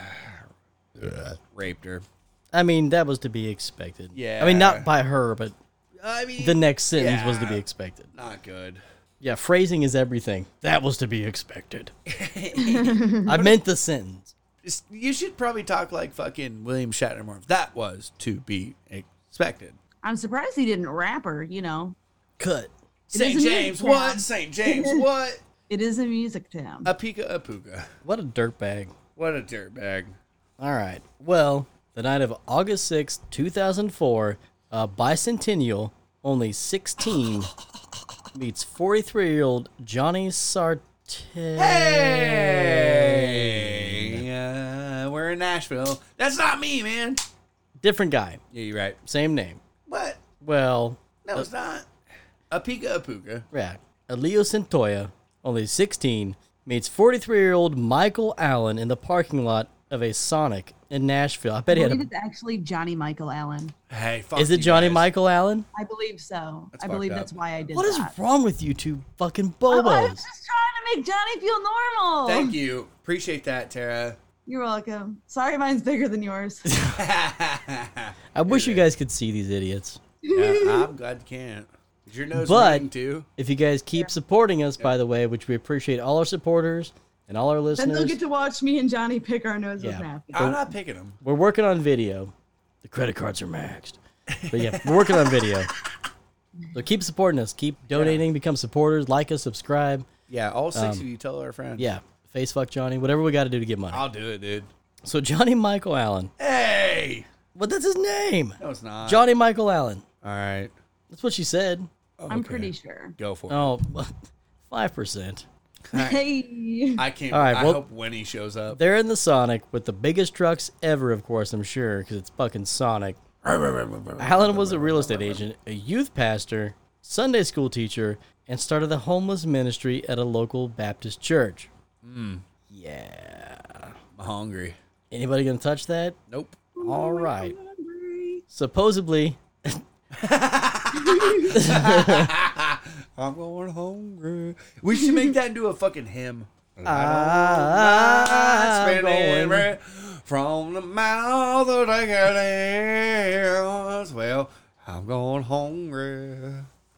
Speaker 2: raped her
Speaker 3: I mean, that was to be expected.
Speaker 2: Yeah.
Speaker 3: I mean, not by her, but
Speaker 2: i mean
Speaker 3: the next sentence was to be
Speaker 2: Yeah.
Speaker 3: expected.
Speaker 2: not good
Speaker 3: Yeah, phrasing is everything. That was to be expected. I meant the sentence.
Speaker 2: Just- you should probably talk like fucking william shatner that was to be expected
Speaker 1: I'm surprised he didn't rap her, you know.
Speaker 3: Cut.
Speaker 2: st
Speaker 1: is a
Speaker 2: james
Speaker 1: music
Speaker 2: what
Speaker 1: town.
Speaker 2: st james what
Speaker 1: It is a music town.
Speaker 2: apika apuka
Speaker 3: What a dirtbag.
Speaker 2: what a dirtbag
Speaker 3: All right. Well, the night of August sixth, two 2004, a bicentennial, only 16, meets 43 year old Johnny Sarte.
Speaker 2: hey uh, we're in nashville that's not me man
Speaker 3: Different guy,
Speaker 2: yeah you're right
Speaker 3: same name.
Speaker 2: what
Speaker 3: Well,
Speaker 2: no it's not apika apuka
Speaker 3: yeah. Elio Centoya, only 16, meets 43 year old Michael Allen in the parking lot of a Sonic in Nashville. I bet he
Speaker 1: I
Speaker 3: had
Speaker 1: believe it's
Speaker 3: a.
Speaker 1: actually Johnny Michael Allen.
Speaker 2: Hey, fuck
Speaker 3: Is it
Speaker 2: you
Speaker 3: Johnny
Speaker 2: guys.
Speaker 3: Michael Allen?
Speaker 1: I believe so. I
Speaker 2: fucked
Speaker 1: believe
Speaker 2: up.
Speaker 1: that's why I did
Speaker 3: What is
Speaker 1: that. Oh,
Speaker 3: wrong with you two fucking
Speaker 1: I was
Speaker 3: bobos?
Speaker 1: just trying to make Johnny feel normal.
Speaker 2: Thank you. Appreciate that, Tara.
Speaker 1: You're welcome. Sorry, mine's bigger than yours.
Speaker 2: yeah,
Speaker 3: I wish you guys could see these idiots.
Speaker 2: I'm glad you can't. Is your nose
Speaker 3: But-
Speaker 2: ringing too?
Speaker 3: If you guys keep supporting us, by the way, which we appreciate all our supporters and all our
Speaker 1: then they'll
Speaker 3: listeners,
Speaker 1: get to watch me and Johnny pick our nose
Speaker 3: Yeah.
Speaker 1: with napkins.
Speaker 2: I'm not picking them.
Speaker 3: we're working on video. The credit cards are maxed. But yeah, we're working on video. So keep supporting us. Keep donating. Become supporters. Like us. Subscribe.
Speaker 2: Yeah, all six of you. Tell our friends.
Speaker 3: Yeah. Face fuck Johnny. Whatever we got to do to get money.
Speaker 2: I'll do it, dude.
Speaker 3: So Johnny Michael Allen.
Speaker 2: Hey,
Speaker 3: But that's his name.
Speaker 2: no, it's not.
Speaker 3: Johnny Michael Allen.
Speaker 2: all right,
Speaker 3: That's what she said.
Speaker 1: I'm pretty sure.
Speaker 2: go for it.
Speaker 3: Oh, 5%.
Speaker 1: Hey.
Speaker 2: I can't.
Speaker 3: All right,
Speaker 2: I
Speaker 3: well-
Speaker 2: hope Winnie shows up.
Speaker 3: They're in the Sonic with the biggest trucks ever, of course, I'm sure, because it's fucking Sonic. Allen was a real estate agent, a youth pastor, Sunday school teacher, and started the homeless ministry at a local Baptist church. Yeah.
Speaker 2: I'm hungry.
Speaker 3: Anybody gonna touch that?
Speaker 2: Nope.
Speaker 3: All right. Supposedly,
Speaker 2: I'm going hungry. We should make that into a fucking hymn.
Speaker 3: I'm
Speaker 2: spinning
Speaker 3: going.
Speaker 2: red from the mouth of the gallows. Well, I'm going hungry.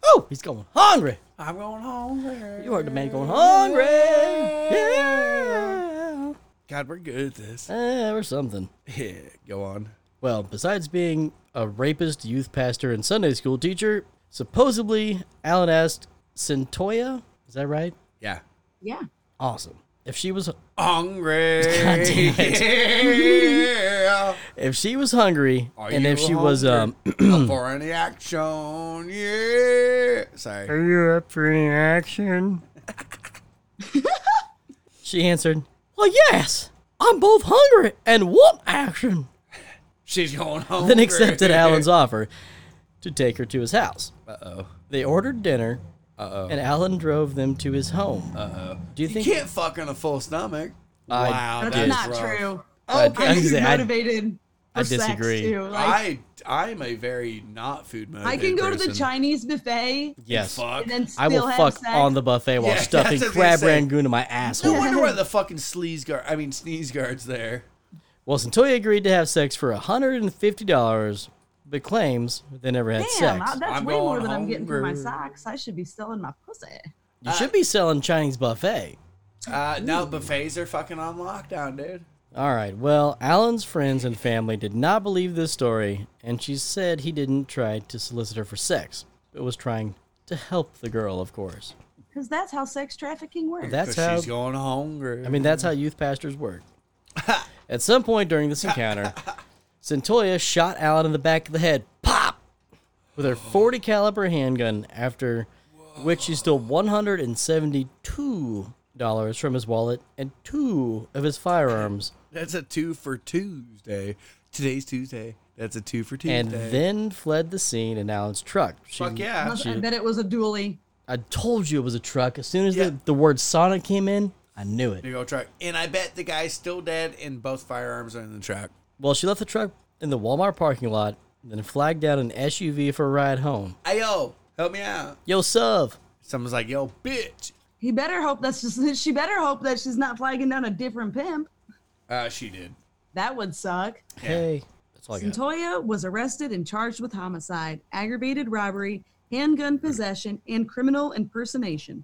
Speaker 3: Oh, he's going hungry.
Speaker 2: I'm going hungry.
Speaker 3: You heard the man going hungry. Yeah.
Speaker 2: God, we're good at this.
Speaker 3: Eh, or something.
Speaker 2: Yeah, go on.
Speaker 3: Well, besides being a rapist, youth pastor, and Sunday school teacher, supposedly Alan asked Centoya, is that right?
Speaker 2: Yeah.
Speaker 1: Yeah.
Speaker 3: Awesome. If she was
Speaker 2: Hungry.
Speaker 3: God damn
Speaker 2: Yeah.
Speaker 3: if she was hungry,
Speaker 2: Are
Speaker 3: and
Speaker 2: you
Speaker 3: if she was um,
Speaker 2: hungry? Up for any action. Yeah. Sorry.
Speaker 3: you up for any action? she answered, Well, yes, I'm both hungry and want action.
Speaker 2: She's going home.
Speaker 3: Then accepted Alan's offer to take her to his house.
Speaker 2: Uh oh.
Speaker 3: They ordered dinner,
Speaker 2: Uh oh.
Speaker 3: and Alan drove them to his home.
Speaker 2: Uh oh.
Speaker 3: Do you
Speaker 2: You
Speaker 3: think-
Speaker 2: can't fuck on a full stomach.
Speaker 3: I-
Speaker 2: wow,
Speaker 1: That's
Speaker 2: that is
Speaker 1: not
Speaker 2: rough.
Speaker 1: true.
Speaker 3: I-
Speaker 1: Oh,
Speaker 3: I
Speaker 1: I'm
Speaker 3: was
Speaker 1: too
Speaker 3: gonna say, I-
Speaker 1: motivated.
Speaker 3: I
Speaker 1: for sex,
Speaker 3: disagree.
Speaker 1: too. Like,
Speaker 2: I I am a very not food motivated.
Speaker 1: I can go to the
Speaker 2: person.
Speaker 1: Chinese buffet
Speaker 3: Yes.
Speaker 2: Fuck.
Speaker 1: and then still
Speaker 3: I will
Speaker 1: have
Speaker 3: fuck
Speaker 1: sex.
Speaker 3: on the buffet while
Speaker 2: Yeah,
Speaker 3: stuffing
Speaker 2: that's what I was gonna
Speaker 3: crab
Speaker 2: say.
Speaker 3: rangoon in my ass.
Speaker 2: No wonder why the fucking sleaze guard. I mean sneeze guards there.
Speaker 3: Well, Centoya agreed to have sex for $150, but claims they never had
Speaker 1: Damn,
Speaker 3: sex.
Speaker 1: I- that's
Speaker 2: I'm
Speaker 1: way more
Speaker 2: going
Speaker 1: than I'm getting for my
Speaker 2: hungry.
Speaker 1: socks. I should be selling my pussy.
Speaker 3: you should be selling Chinese buffet.
Speaker 2: Uh, now buffets are fucking on lockdown, dude.
Speaker 3: All right. Well, Alan's friends and family did not believe this story, and she said he didn't try to solicit her for sex, but was trying to help the girl, of course.
Speaker 1: Because that's how sex trafficking works.
Speaker 3: That's
Speaker 2: 'Cause
Speaker 3: how
Speaker 2: she's going hungry.
Speaker 3: I mean, that's how youth pastors work. At some point during this encounter, Centoya shot Alan in the back of the head, pop, with her 40 caliber handgun. After which, she stole 172 dollars from his wallet and two of his firearms,
Speaker 2: that's a two for Tuesday. Today's Tuesday. That's a two for Tuesday.
Speaker 3: and then fled the scene in Alan's truck. She,
Speaker 2: fuck yeah.
Speaker 1: Unless- I bet it was a dually.
Speaker 3: I told you it was a truck. As soon as
Speaker 2: Yeah.
Speaker 3: the, the word Sonic came in, I knew it.
Speaker 2: Big old truck. And I bet the guy's still dead and both firearms are in the truck.
Speaker 3: Well, she left the truck in the Walmart parking lot, then flagged down an SUV for a ride home.
Speaker 2: Hey yo, help me out.
Speaker 3: Yo, sub.
Speaker 2: Someone's like, yo, bitch.
Speaker 1: He better hope that's just. She better hope that she's not flagging down a different pimp.
Speaker 2: Uh, she did.
Speaker 1: That would suck.
Speaker 3: Hey. That's all I got.
Speaker 1: Santoya was arrested and charged with homicide, aggravated robbery, handgun possession, and criminal impersonation.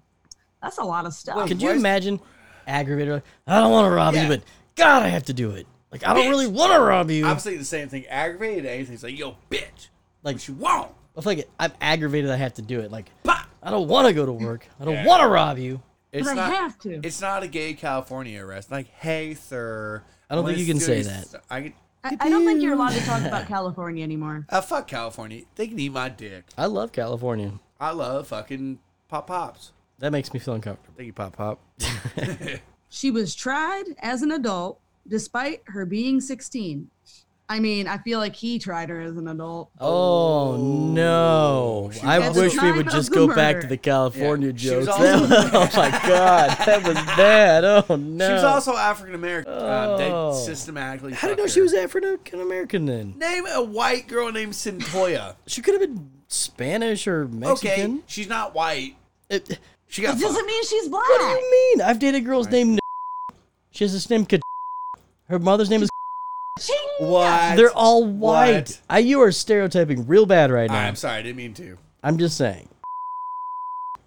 Speaker 1: That's a lot of stuff.
Speaker 3: Could you
Speaker 2: Where's-
Speaker 3: imagine aggravated? like, I don't want to rob you,
Speaker 2: Yeah.
Speaker 3: but God, I have to do it. Like, I don't really want to rob you.
Speaker 2: I'm
Speaker 3: i
Speaker 2: saying the same thing. Aggravated anything's like, yo, bitch.
Speaker 3: Like-
Speaker 2: Like she won't.
Speaker 3: feel like I'm aggravated. I have to do it. Like,
Speaker 2: Bah!
Speaker 3: I don't want to go to work. I don't
Speaker 2: Yeah.
Speaker 3: want to rob you.
Speaker 2: It's
Speaker 1: But I
Speaker 2: not,
Speaker 1: have to.
Speaker 2: It's not a gay California arrest. Like, hey, sir.
Speaker 3: I don't think you can
Speaker 2: let's
Speaker 3: say
Speaker 2: do
Speaker 3: that.
Speaker 2: this." I can,
Speaker 1: I, I don't think you're allowed to talk about California anymore.
Speaker 2: uh, fuck California. They can eat my dick.
Speaker 3: I love California.
Speaker 2: I love fucking pop pops.
Speaker 3: That makes me feel uncomfortable.
Speaker 2: Thank you, pop pop.
Speaker 1: She was tried as an adult despite her being 16. I mean, I feel like he tried her as an adult.
Speaker 3: Oh, no! I
Speaker 1: That's
Speaker 3: wish we
Speaker 1: not
Speaker 3: would
Speaker 1: about
Speaker 3: just
Speaker 1: the
Speaker 3: go back to
Speaker 1: murder.
Speaker 3: the California
Speaker 2: Yeah. She was
Speaker 3: jokes.
Speaker 2: also-
Speaker 3: oh my god, that was bad. Oh no!
Speaker 2: She was also African American.
Speaker 3: Oh.
Speaker 2: Um, they systematically.
Speaker 3: I didn't
Speaker 2: fucked
Speaker 3: know
Speaker 2: her.
Speaker 3: she was African American then.
Speaker 2: Name a white girl named Centoya.
Speaker 3: She could have been Spanish or
Speaker 2: okay,
Speaker 3: Mexican.
Speaker 2: she's not white.
Speaker 3: It-
Speaker 2: She
Speaker 1: It
Speaker 2: got
Speaker 1: doesn't
Speaker 2: fucked.
Speaker 1: mean she's black.
Speaker 3: what do you mean? I've dated girls named. She has this name. Kat- Her mother's name is.
Speaker 1: Ching!
Speaker 2: What?
Speaker 3: They're all white.
Speaker 2: What?
Speaker 3: I, you are stereotyping real bad right now.
Speaker 2: I'm sorry, I didn't mean to.
Speaker 3: I'm just saying.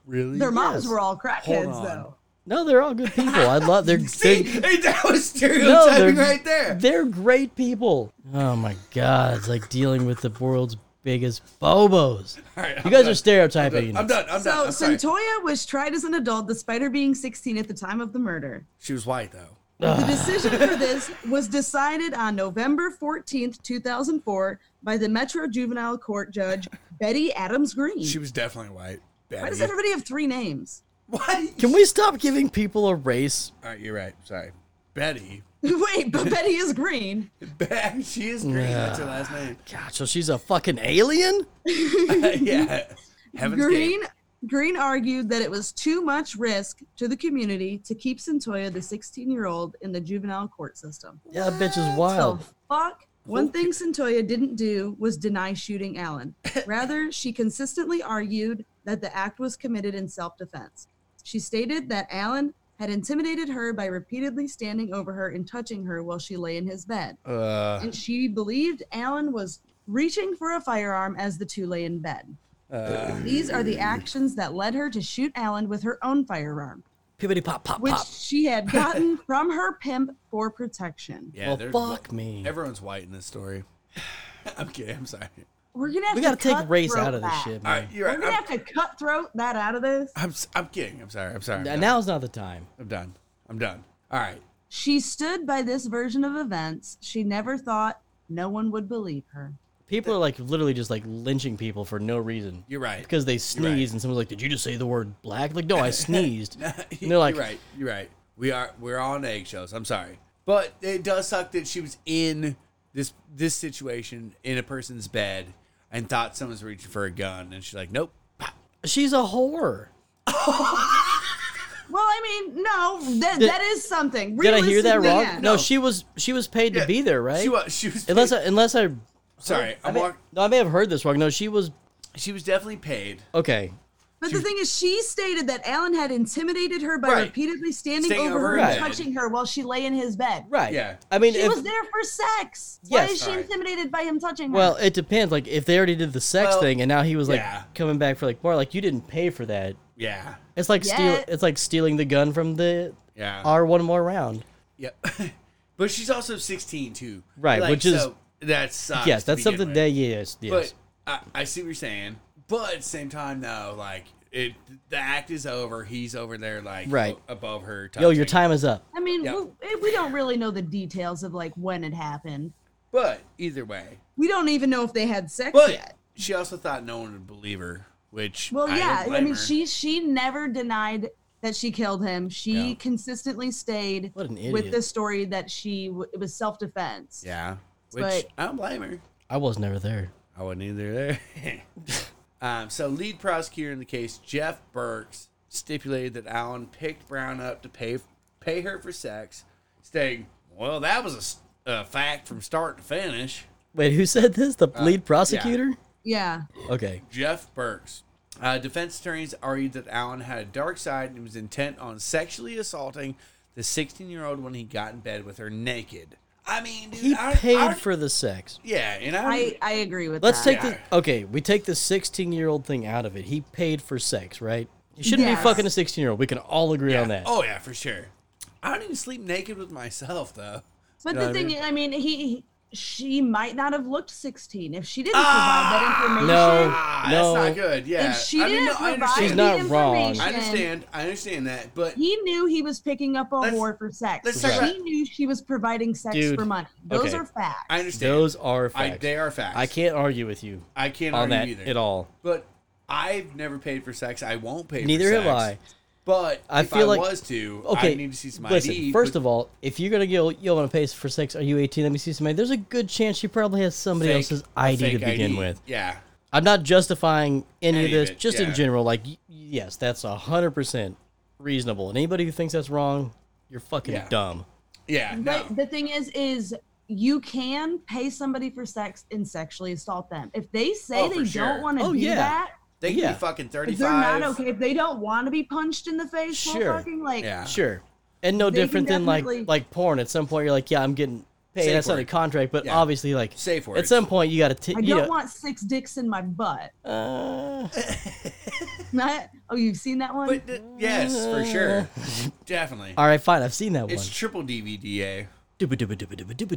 Speaker 2: Really?
Speaker 1: Their moms
Speaker 3: Yes.
Speaker 1: were all
Speaker 2: Hold
Speaker 1: crackheads,
Speaker 2: on.
Speaker 1: though.
Speaker 3: No, they're all good people. I love. They're
Speaker 2: See,
Speaker 3: they're,
Speaker 2: hey, that was
Speaker 3: no, they're
Speaker 2: stereotyping right there.
Speaker 3: They're great people. Oh my god, it's like dealing with the world's biggest bobos.
Speaker 2: All right,
Speaker 3: You guys are
Speaker 2: I'm done.
Speaker 3: stereotyping.
Speaker 2: I'm done. I'm done.
Speaker 1: So
Speaker 2: I'm sorry.
Speaker 1: Santoya was tried as an adult despite her being 16 at the time of the murder.
Speaker 2: she was white though.
Speaker 1: The decision for this was decided on November 14th, 2004 by the Metro Juvenile Court Judge Betty Adams Green.
Speaker 2: She was definitely white.
Speaker 1: Why does
Speaker 2: Betty.
Speaker 1: everybody have three names?
Speaker 2: What?
Speaker 3: Can we stop giving people a race?
Speaker 2: All right, you're right. Sorry, Betty.
Speaker 1: Wait, but Betty is green.
Speaker 2: Betty. She is green. That's her last name.
Speaker 3: God, so she's a fucking alien?
Speaker 2: yeah. Heaven's
Speaker 1: Green
Speaker 2: Gate.
Speaker 1: Green argued that it was too much risk to the community to keep Centoya, the 16 year old, in the juvenile court system.
Speaker 3: Yeah, that bitch is
Speaker 1: So
Speaker 3: wild.
Speaker 1: fuck. One thing Centoya didn't do was deny shooting Allen. Rather, she consistently argued that the act was committed in self defense. She stated that Allen had intimidated her by repeatedly standing over her and touching her while she lay in his bed.
Speaker 2: Uh,
Speaker 1: And she believed Allen was reaching for a firearm as the two lay in bed.
Speaker 2: uh,
Speaker 1: These are the actions that led her to shoot Allen with her own firearm,
Speaker 3: Pibbity pop pop
Speaker 1: which
Speaker 3: pop.
Speaker 1: she had gotten from her pimp for protection.
Speaker 2: yeah.
Speaker 3: well,
Speaker 2: there's-
Speaker 3: fuck me.
Speaker 2: Everyone's white in this story. I'm kidding. I'm sorry.
Speaker 1: We're gonna have
Speaker 3: we
Speaker 1: to
Speaker 3: gotta take
Speaker 1: cut
Speaker 3: race
Speaker 1: throat
Speaker 3: out of this
Speaker 1: that.
Speaker 3: shit,
Speaker 2: All
Speaker 3: man.
Speaker 2: right, you're
Speaker 1: We're
Speaker 2: right.
Speaker 1: gonna
Speaker 2: I'm,
Speaker 1: have to cutthroat that out of this.
Speaker 2: I'm, s- I'm kidding. I'm sorry. I'm sorry. I'm
Speaker 3: N-
Speaker 2: done.
Speaker 3: Now's not the time.
Speaker 2: I'm done. I'm done. All right.
Speaker 1: She stood by this version of events. She never thought no one would believe her.
Speaker 3: People are like literally just like lynching people for no reason.
Speaker 2: You're right.
Speaker 3: Because they sneeze and someone's like, Did you just say the word black? Like, no, I sneezed.
Speaker 2: You're
Speaker 3: like-
Speaker 2: right. You're right. We are we're on eggshells. I'm sorry, but it does suck that she was in this this situation in a person's bed and thought someone's reaching for a gun, and she's like, "Nope." Pop.
Speaker 3: She's a whore.
Speaker 1: Well, I mean, no, that
Speaker 3: Did-
Speaker 1: that is something.
Speaker 3: Did I hear
Speaker 1: Realistic
Speaker 3: that wrong?
Speaker 1: man.
Speaker 3: No, she was she was paid to be there, right?
Speaker 2: She was. She was.
Speaker 3: Unless I,
Speaker 2: paid-
Speaker 3: unless I
Speaker 2: sorry,
Speaker 3: I
Speaker 2: I'm
Speaker 3: may,
Speaker 2: walk-
Speaker 3: no, I may have heard this wrong. No, she was
Speaker 2: she was definitely paid.
Speaker 3: okay.
Speaker 1: But the thing is, she stated that Alan had intimidated her by
Speaker 2: Right.
Speaker 1: repeatedly standing
Speaker 2: Staying
Speaker 1: over
Speaker 2: over
Speaker 1: her
Speaker 2: her
Speaker 1: and
Speaker 2: bed.
Speaker 1: touching her while she lay in his bed.
Speaker 3: Right.
Speaker 2: Yeah.
Speaker 3: I mean,
Speaker 1: She
Speaker 3: if,
Speaker 1: was there for sex.
Speaker 3: Yes.
Speaker 1: Why is she
Speaker 2: Alright.
Speaker 1: intimidated by him touching her?
Speaker 3: well, it depends. Like, if they already did the sex
Speaker 2: Well,
Speaker 3: thing, and now he was like
Speaker 2: yeah.
Speaker 3: coming back for like more, like you didn't pay for that.
Speaker 2: Yeah.
Speaker 3: It's like steal.
Speaker 1: Yet.
Speaker 3: It's like stealing the gun from the
Speaker 2: Yeah.
Speaker 3: our one more round.
Speaker 2: Yep. but she's also 16 too.
Speaker 3: Right, which is-
Speaker 2: so that sucks.
Speaker 3: yes,
Speaker 2: to
Speaker 3: that's
Speaker 2: begin
Speaker 3: something
Speaker 2: with.
Speaker 3: that yes, yes.
Speaker 2: But I, I see what you're saying. But at the same time, though, like it, the act is over. He's over there, like
Speaker 3: Right.
Speaker 2: o- above her.
Speaker 3: Yo, your
Speaker 2: touching.
Speaker 3: time is up.
Speaker 1: I mean,
Speaker 2: yeah.
Speaker 1: we, we don't really know the details of like when it happened.
Speaker 2: But either way,
Speaker 1: We don't even know if they had sex
Speaker 2: but
Speaker 1: yet.
Speaker 2: she also thought no one would believe her, which
Speaker 1: Well,
Speaker 2: I
Speaker 1: yeah.
Speaker 2: didn't
Speaker 1: I
Speaker 2: blame
Speaker 1: mean,
Speaker 2: her.
Speaker 1: she she never denied that she killed him. She
Speaker 2: Yeah.
Speaker 1: consistently stayed
Speaker 3: What an
Speaker 1: with
Speaker 3: idiot.
Speaker 1: the story that she w- it was self defense.
Speaker 2: yeah, which
Speaker 1: But-
Speaker 2: I don't blame her.
Speaker 3: I was never there.
Speaker 2: I wasn't either there. um, so, lead prosecutor in the case, Jeff Burks, stipulated that Allen picked Brown up to pay pay her for sex, stating, "Well, that was a s- a, fact from start to finish."
Speaker 3: Wait, who said this? The
Speaker 2: Uh,
Speaker 3: lead prosecutor?
Speaker 1: Yeah.
Speaker 3: Okay.
Speaker 2: Jeff Burks. Uh, defense attorneys argued that Allen had a dark side and was intent on sexually assaulting the 16 year old when he got in bed with her naked. I mean, dude,
Speaker 3: He
Speaker 2: I-
Speaker 3: paid
Speaker 2: I-
Speaker 3: for the sex.
Speaker 2: Yeah, and I,
Speaker 1: I I agree with
Speaker 3: Let's
Speaker 1: that.
Speaker 3: take
Speaker 2: Yeah.
Speaker 3: the okay. We take the sixteen-year-old thing out of it. He paid for sex, right? You shouldn't be
Speaker 1: Yes.
Speaker 3: fucking a sixteen-year-old. We can all agree on that.
Speaker 2: Oh yeah, for sure. I don't even sleep naked with myself though.
Speaker 1: But
Speaker 2: You know
Speaker 1: the
Speaker 2: what I
Speaker 1: thing,
Speaker 2: mean?
Speaker 1: I mean, he, he- she might not have looked sixteen if she didn't
Speaker 2: Ah!
Speaker 1: provide that
Speaker 3: No.
Speaker 1: information.
Speaker 2: Ah,
Speaker 3: No.
Speaker 2: that's not good. Yeah.
Speaker 1: If she
Speaker 2: I mean,
Speaker 1: didn't
Speaker 2: no, I
Speaker 1: provide
Speaker 2: understand.
Speaker 3: She's
Speaker 1: the
Speaker 3: not wrong.
Speaker 1: information,
Speaker 2: I understand. I understand that, but
Speaker 1: He knew he was picking up a
Speaker 2: Let's-
Speaker 1: whore for sex.
Speaker 2: let's
Speaker 1: she
Speaker 2: talk about-
Speaker 1: knew she was providing sex
Speaker 3: Dude,
Speaker 1: for money. Those
Speaker 3: okay.
Speaker 1: are facts.
Speaker 2: I understand.
Speaker 3: Those are
Speaker 2: I-
Speaker 3: facts.
Speaker 2: they are facts.
Speaker 3: I can't argue with you
Speaker 2: I can't
Speaker 3: on
Speaker 2: argue
Speaker 3: that
Speaker 2: either.
Speaker 3: at all.
Speaker 2: But I've never paid for sex. I won't pay.
Speaker 3: Neither
Speaker 2: for
Speaker 3: have
Speaker 2: sex.
Speaker 3: I.
Speaker 2: But
Speaker 3: I
Speaker 2: if
Speaker 3: feel
Speaker 2: I
Speaker 3: like-
Speaker 2: was to,
Speaker 3: Okay.
Speaker 2: I need to see some
Speaker 3: listen,
Speaker 2: ID.
Speaker 3: first of all, if you're gonna go, yo, want to pay for sex? Are you 18? Let me see somebody. There's a good chance she probably has somebody else's ID to begin with.
Speaker 2: Yeah.
Speaker 3: I'm not justifying any,
Speaker 2: Any of
Speaker 3: of this.
Speaker 2: it,
Speaker 3: just in
Speaker 2: yeah.
Speaker 3: general, like y- yes, that's hundred percent reasonable. And anybody who thinks that's wrong, you're fucking
Speaker 2: Yeah.
Speaker 3: dumb.
Speaker 2: Yeah. No.
Speaker 1: But the thing is, is you can pay somebody for sex and sexually assault them if they say
Speaker 2: Oh, for
Speaker 1: they
Speaker 2: sure.
Speaker 1: don't want to
Speaker 3: Oh,
Speaker 1: do
Speaker 3: yeah.
Speaker 1: that.
Speaker 2: they can
Speaker 3: yeah.
Speaker 2: be fucking
Speaker 1: If
Speaker 2: thirty-five.
Speaker 1: they're not okay, if they don't want to be punched in the face, well,
Speaker 3: Sure.
Speaker 1: fucking like
Speaker 2: Yeah.
Speaker 3: Sure, and no
Speaker 1: They can
Speaker 3: different than like
Speaker 1: definitely-
Speaker 3: like porn. At some point, you're like, yeah, I'm getting paid.
Speaker 2: Safe
Speaker 3: That's not a
Speaker 2: word.
Speaker 3: contract, but
Speaker 2: Yeah.
Speaker 3: obviously, like,
Speaker 2: Safe
Speaker 3: at
Speaker 2: words.
Speaker 3: some point, you got to. T-
Speaker 1: I
Speaker 3: you
Speaker 1: don't
Speaker 3: know,
Speaker 1: want six dicks in my butt.
Speaker 3: uh,
Speaker 1: Not, oh, you've seen that one?
Speaker 2: But th- yes, for sure, definitely.
Speaker 3: all right, fine. I've seen that
Speaker 2: It's triple DVDA.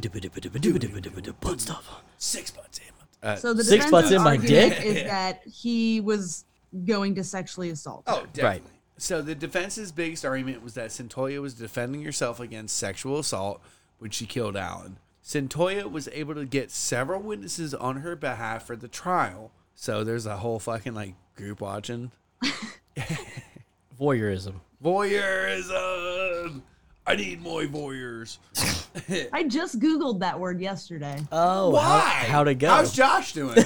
Speaker 3: one. Butt stuff.
Speaker 2: Six butts in. Uh,
Speaker 1: so the
Speaker 3: Six
Speaker 1: defense's
Speaker 3: butts in my
Speaker 1: argument
Speaker 3: dick?
Speaker 1: is that he was going to sexually assault. her.
Speaker 2: Oh, definitely. So the defense's biggest argument was that Centoya was defending herself against sexual assault when she killed Allen. Centoya was able to get several witnesses on her behalf for the trial. So there's a whole fucking like group watching
Speaker 3: Voyeurism.
Speaker 2: voyeurism. I need more voyeurs.
Speaker 1: I just googled that word yesterday.
Speaker 3: Oh,
Speaker 2: Why?
Speaker 3: How, how'd it go?
Speaker 2: How's Josh doing?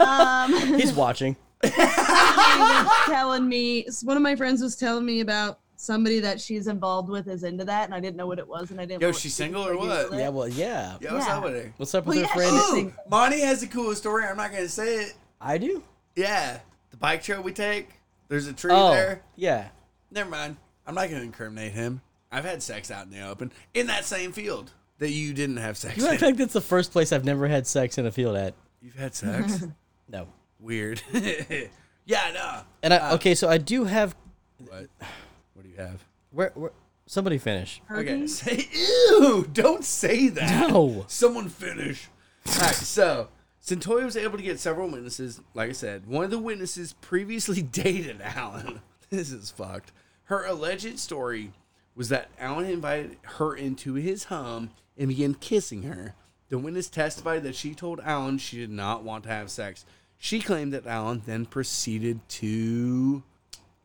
Speaker 1: Um,
Speaker 3: He's watching.
Speaker 1: somebody was telling me one of my friends was telling me about somebody that she's involved with is into that and I didn't know what it was and I didn't
Speaker 2: Yo,
Speaker 1: want
Speaker 2: she's
Speaker 1: to
Speaker 2: single or
Speaker 1: like,
Speaker 2: what?
Speaker 1: Google it.
Speaker 3: Yeah, well, yeah.
Speaker 2: Yo, what's
Speaker 1: Yeah.
Speaker 2: up with her?
Speaker 3: What's up
Speaker 1: Well,
Speaker 3: with her
Speaker 1: yeah,
Speaker 3: friend?
Speaker 1: she's-
Speaker 2: Ooh, Monty has a cool story. I'm not gonna say it.
Speaker 3: I do.
Speaker 2: Yeah, the bike trail we take. There's a tree
Speaker 3: Oh,
Speaker 2: there.
Speaker 3: yeah.
Speaker 2: Never mind. I'm not going to incriminate him. I've had sex out in the open in that same field that you didn't have sex.
Speaker 3: You
Speaker 2: in.
Speaker 3: act like that's the first place I've never had sex in a field at.
Speaker 2: You've had sex?
Speaker 3: No.
Speaker 2: Weird. yeah, no.
Speaker 3: And I
Speaker 2: Uh,
Speaker 3: okay, so I do have
Speaker 2: What? What do you have?
Speaker 3: where, where somebody finish.
Speaker 2: Okay.
Speaker 1: Herpes?
Speaker 2: Say ew. Don't say that.
Speaker 3: No.
Speaker 2: Someone finish. All right. So Centoya was able to get several witnesses. Like I said, one of the witnesses previously dated Alan. This is fucked. Her alleged story was that Alan invited her into his home and began kissing her. The witness testified that she told Alan she did not want to have sex. She claimed that Alan then proceeded to